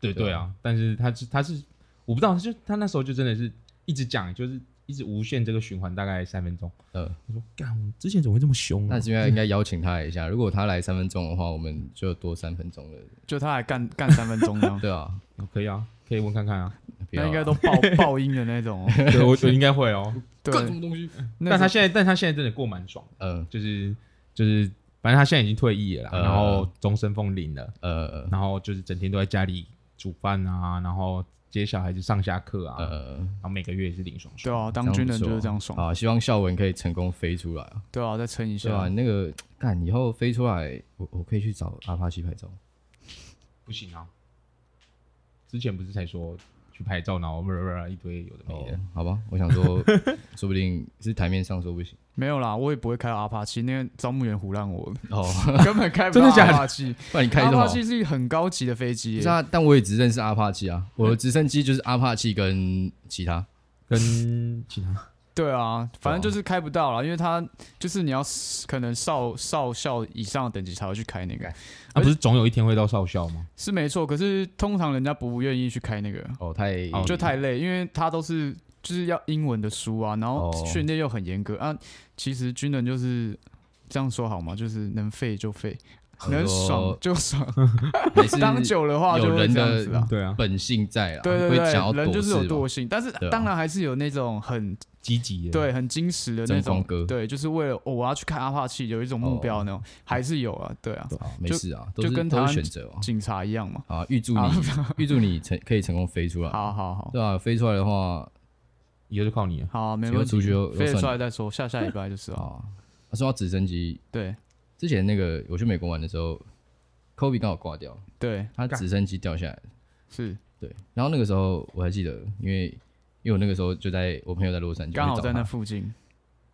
[SPEAKER 3] 对对啊，但是他是他是我不知道，就他那时候就真的是一直讲，就是一直无限这个循环，大概三分钟。
[SPEAKER 2] 呃，
[SPEAKER 3] 我说干，我之前怎么会这么凶、啊
[SPEAKER 2] 那？这边应该邀请他一下，如果他来三分钟的话，我们就多三分钟了。
[SPEAKER 1] 就他还干干三分钟这样，
[SPEAKER 2] 对啊，
[SPEAKER 3] 哦可以啊，可以问看看啊。
[SPEAKER 2] 不
[SPEAKER 1] 那
[SPEAKER 2] 要啊
[SPEAKER 1] 应该都爆爆音的那种、哦。
[SPEAKER 3] 对，我我应该会哦。
[SPEAKER 1] 对，
[SPEAKER 2] 干什么东西？
[SPEAKER 1] 那
[SPEAKER 3] 但他
[SPEAKER 1] 是
[SPEAKER 3] 现在，但他现在真的过蛮爽，
[SPEAKER 2] 呃
[SPEAKER 3] 就是就是，反正他现在已经退役了啦，
[SPEAKER 2] 呃
[SPEAKER 3] 然后终身俸领了，
[SPEAKER 2] 呃
[SPEAKER 3] 然后就是整天都在家里煮饭啊，然后接小孩子上下课啊，
[SPEAKER 2] 呃，
[SPEAKER 3] 然后每个月也是领爽
[SPEAKER 1] 对
[SPEAKER 3] 爽。
[SPEAKER 1] 啊，当军人就是这样爽。
[SPEAKER 2] 啊！希望孝文可以成功飞出来啊！
[SPEAKER 1] 对啊，再撑一
[SPEAKER 2] 对啊，
[SPEAKER 1] 下。
[SPEAKER 2] 你那个干以后飞出来，我我可以去找阿帕奇拍照。
[SPEAKER 3] 不行啊，之前不是才说去拍照，然后不不一堆有的没
[SPEAKER 2] 哦
[SPEAKER 3] 的。，
[SPEAKER 2] 好吧，我想 说，说不定是台面上说不行
[SPEAKER 1] 没有啦，我也不会开阿帕奇，那个招募员唬烂我，
[SPEAKER 2] 哦，
[SPEAKER 1] 根本开不
[SPEAKER 3] 真
[SPEAKER 1] 到
[SPEAKER 3] 的假
[SPEAKER 1] 阿
[SPEAKER 3] 的
[SPEAKER 1] 帕奇。
[SPEAKER 2] 不然你开
[SPEAKER 1] 阿
[SPEAKER 2] 什
[SPEAKER 1] 帕
[SPEAKER 2] 么？
[SPEAKER 1] 奇是一个很高级的飞机
[SPEAKER 2] 不
[SPEAKER 1] 耶
[SPEAKER 2] 是，啊，但我也只认识阿帕奇啊，
[SPEAKER 1] 嗯
[SPEAKER 2] 我的直升机就是阿帕奇跟其他。
[SPEAKER 3] 跟其 他
[SPEAKER 1] 对啊，反正就是开不到啦，因为他就是你要可能少少校以上的等级才会去开那个，
[SPEAKER 3] 啊，不是总有一天会到少校吗？
[SPEAKER 1] 是没错。可是通常人家不愿意去开那个，
[SPEAKER 2] 哦，太
[SPEAKER 3] 哦
[SPEAKER 1] 就太累，因为他都是就是要英文的书啊，然后
[SPEAKER 2] 哦
[SPEAKER 1] 训练又很严格、啊。其实军人就是这样说好吗？就是能废就废，
[SPEAKER 2] 很
[SPEAKER 1] 能
[SPEAKER 2] 多
[SPEAKER 1] 爽就爽。
[SPEAKER 2] 每 次
[SPEAKER 1] 当久了话就
[SPEAKER 2] 有
[SPEAKER 1] 会
[SPEAKER 2] 人
[SPEAKER 1] 这样
[SPEAKER 2] 的
[SPEAKER 1] 子啊。
[SPEAKER 3] 对啊，
[SPEAKER 2] 本性在啦，
[SPEAKER 1] 对对
[SPEAKER 2] 会想
[SPEAKER 1] 对，
[SPEAKER 2] 要
[SPEAKER 1] 人就是有
[SPEAKER 2] 事嘛
[SPEAKER 1] 惰性，但是
[SPEAKER 2] 对啊
[SPEAKER 1] 当然还是有那种很
[SPEAKER 3] 积极的。
[SPEAKER 1] 对很矜持的那
[SPEAKER 2] 真空
[SPEAKER 1] 种
[SPEAKER 2] 哥，
[SPEAKER 1] 对，就是为了、哦、我要去看阿帕奇，有一种目标
[SPEAKER 2] 哦
[SPEAKER 1] 那种，还是有啊，对啊，
[SPEAKER 2] 啊没
[SPEAKER 1] 就
[SPEAKER 2] 事啊，都
[SPEAKER 1] 就是跟台
[SPEAKER 2] 都
[SPEAKER 1] 湾
[SPEAKER 2] 是选择啊。
[SPEAKER 1] 警察一样嘛。
[SPEAKER 2] 啊，预祝你
[SPEAKER 1] 啊
[SPEAKER 2] 预祝你成可以成功飞出来，
[SPEAKER 1] 好好好，
[SPEAKER 2] 对啊，飞出来的话
[SPEAKER 3] 以后就靠你了。
[SPEAKER 1] 好，没
[SPEAKER 2] 以后
[SPEAKER 1] 问题，
[SPEAKER 2] 出去又又
[SPEAKER 1] 飞得
[SPEAKER 2] 算
[SPEAKER 1] 出
[SPEAKER 2] 了
[SPEAKER 1] 来再说，下下礼拜 就是了。
[SPEAKER 2] 啊，啊说到直升机，
[SPEAKER 1] 对
[SPEAKER 2] 之前那个我去美国玩的时候，Kobe 刚好挂掉，
[SPEAKER 1] 对，
[SPEAKER 2] 他
[SPEAKER 3] 干
[SPEAKER 2] 直升机掉下来，
[SPEAKER 1] 是
[SPEAKER 2] 对，然后那个时候我还记得，因为因为我那个时候就在我朋友在洛杉矶，
[SPEAKER 1] 刚
[SPEAKER 2] 我
[SPEAKER 1] 好
[SPEAKER 2] 去找
[SPEAKER 1] 在那
[SPEAKER 2] 他，
[SPEAKER 1] 附近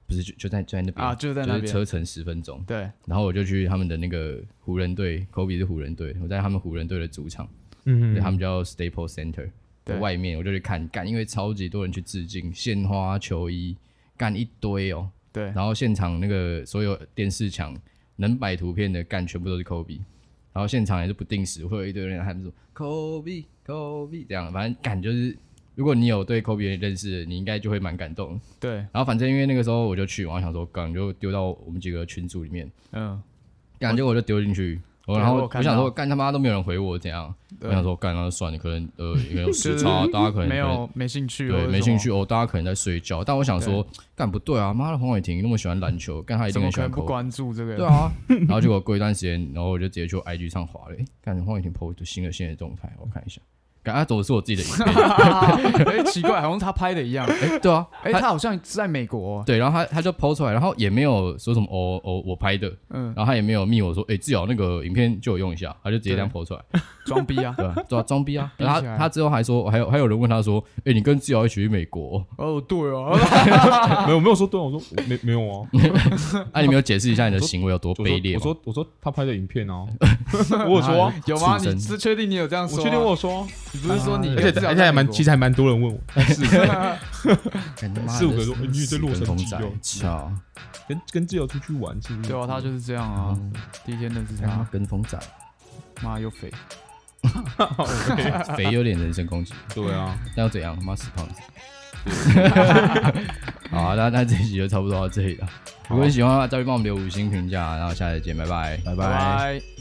[SPEAKER 2] 不是就就在就在那边
[SPEAKER 1] 啊，就在那
[SPEAKER 2] 就是
[SPEAKER 1] 边。
[SPEAKER 2] 车程十分钟，
[SPEAKER 1] 对，
[SPEAKER 2] 然后我就去他们的那个湖人队，Kobe 是湖人队，我在他们湖人队的主场，
[SPEAKER 3] 嗯
[SPEAKER 2] 对他们叫 Staple Center，
[SPEAKER 1] 对
[SPEAKER 2] 外面我就去看，干，因为超级多人去致敬，献花、球衣，干一堆哦，
[SPEAKER 1] 对，
[SPEAKER 2] 然后现场那个所有电视墙能摆图片的干全部都是 Kobe，然后现场也是不定时会有一堆人喊说 Kobe Kobe 这样，反正感就是如果你有对 Kobe 的认识，你应该就会蛮感动。
[SPEAKER 1] 对，
[SPEAKER 2] 然后反正因为那个时候我就去，然后想说刚就丢到我们几个群组里面，
[SPEAKER 1] 嗯，
[SPEAKER 2] 感觉我就丢进去。
[SPEAKER 1] 对
[SPEAKER 2] 然后
[SPEAKER 1] 我有
[SPEAKER 2] 我
[SPEAKER 1] 看
[SPEAKER 2] 想说，
[SPEAKER 1] 到
[SPEAKER 2] 干他妈都没有人回我，怎样？我
[SPEAKER 1] 对
[SPEAKER 2] 想说，干那就算了，可能呃，可能有
[SPEAKER 1] 是
[SPEAKER 2] 时 差，大家可能
[SPEAKER 1] 没
[SPEAKER 2] 可能
[SPEAKER 1] 有没兴趣，或
[SPEAKER 2] 对，
[SPEAKER 1] 者
[SPEAKER 2] 没
[SPEAKER 1] 什
[SPEAKER 2] 兴
[SPEAKER 1] 么
[SPEAKER 2] 趣，哦，大家可能在睡觉，但我想说，干不对啊，妈的，黄伟霆那么喜欢篮球，干他一
[SPEAKER 1] 怎
[SPEAKER 2] 定
[SPEAKER 1] 么
[SPEAKER 2] 很喜
[SPEAKER 1] 可能
[SPEAKER 2] 欢
[SPEAKER 1] 不
[SPEAKER 2] Kobe。
[SPEAKER 1] 关注这个？
[SPEAKER 2] 对啊，然后结果过一段时间，然后我就直接去 IG 上滑了，诶干黄伟霆 PO 新的新的动态，我看一下，干他走的是我自己的影片，
[SPEAKER 1] 哎，奇怪，好像他拍的一 样。
[SPEAKER 2] 哎，对啊，
[SPEAKER 1] 哎，他好像是在美国哦。
[SPEAKER 2] 对，然后他他就 PO 出来，然后也没有说什么哦哦我拍的，
[SPEAKER 1] 嗯，
[SPEAKER 2] 然后他也没有密我说，哎，至少那个影片就有用一下，他就直接这样 PO 出来，
[SPEAKER 1] 装逼 啊！
[SPEAKER 2] 对吧？对啊，装逼 啊，然后
[SPEAKER 1] 逼起
[SPEAKER 2] 他
[SPEAKER 1] 来
[SPEAKER 2] 他之后还说，还有还有人问他说，哎，你跟志尧一起去美国哦，
[SPEAKER 1] 哦，对哦，
[SPEAKER 3] 没有没有说对啊，我说我没没有 啊，
[SPEAKER 2] 啊，你没有解释一下你的行为有多
[SPEAKER 3] 我
[SPEAKER 2] 卑劣
[SPEAKER 3] 说我
[SPEAKER 2] 吗？
[SPEAKER 3] 说我说他拍的影片 哦，我有说啊，
[SPEAKER 1] 有吗？
[SPEAKER 2] 畜生
[SPEAKER 1] 你是确定你有这样
[SPEAKER 3] 我
[SPEAKER 1] 说啊？
[SPEAKER 3] 确定我有说啊，
[SPEAKER 1] 你不是说你
[SPEAKER 3] 而且
[SPEAKER 1] 跟
[SPEAKER 3] 而且还蛮，其
[SPEAKER 1] 实
[SPEAKER 3] 实还蛮多人问我，但是
[SPEAKER 2] 干他妈的
[SPEAKER 3] 四五个说哎你也在洛
[SPEAKER 2] 死跟风
[SPEAKER 3] 杉矶
[SPEAKER 2] 仔啊
[SPEAKER 3] 哦，
[SPEAKER 2] 操！
[SPEAKER 3] 跟跟自由出去玩是不是？
[SPEAKER 1] 对啊，他就是这样
[SPEAKER 3] 嗯
[SPEAKER 1] 啊。第一天认识
[SPEAKER 2] 他
[SPEAKER 1] 他，
[SPEAKER 2] 嗯啊跟风 仔，
[SPEAKER 1] 妈又肥，
[SPEAKER 2] 肥有点人身攻击，
[SPEAKER 3] 对啊，
[SPEAKER 2] 那要怎样？妈死 胖子！好啊，那那这一集就差不多到这里了。如果你喜欢的话，再去帮我们留五星评价，然后下次见，拜拜，拜
[SPEAKER 1] 拜。拜。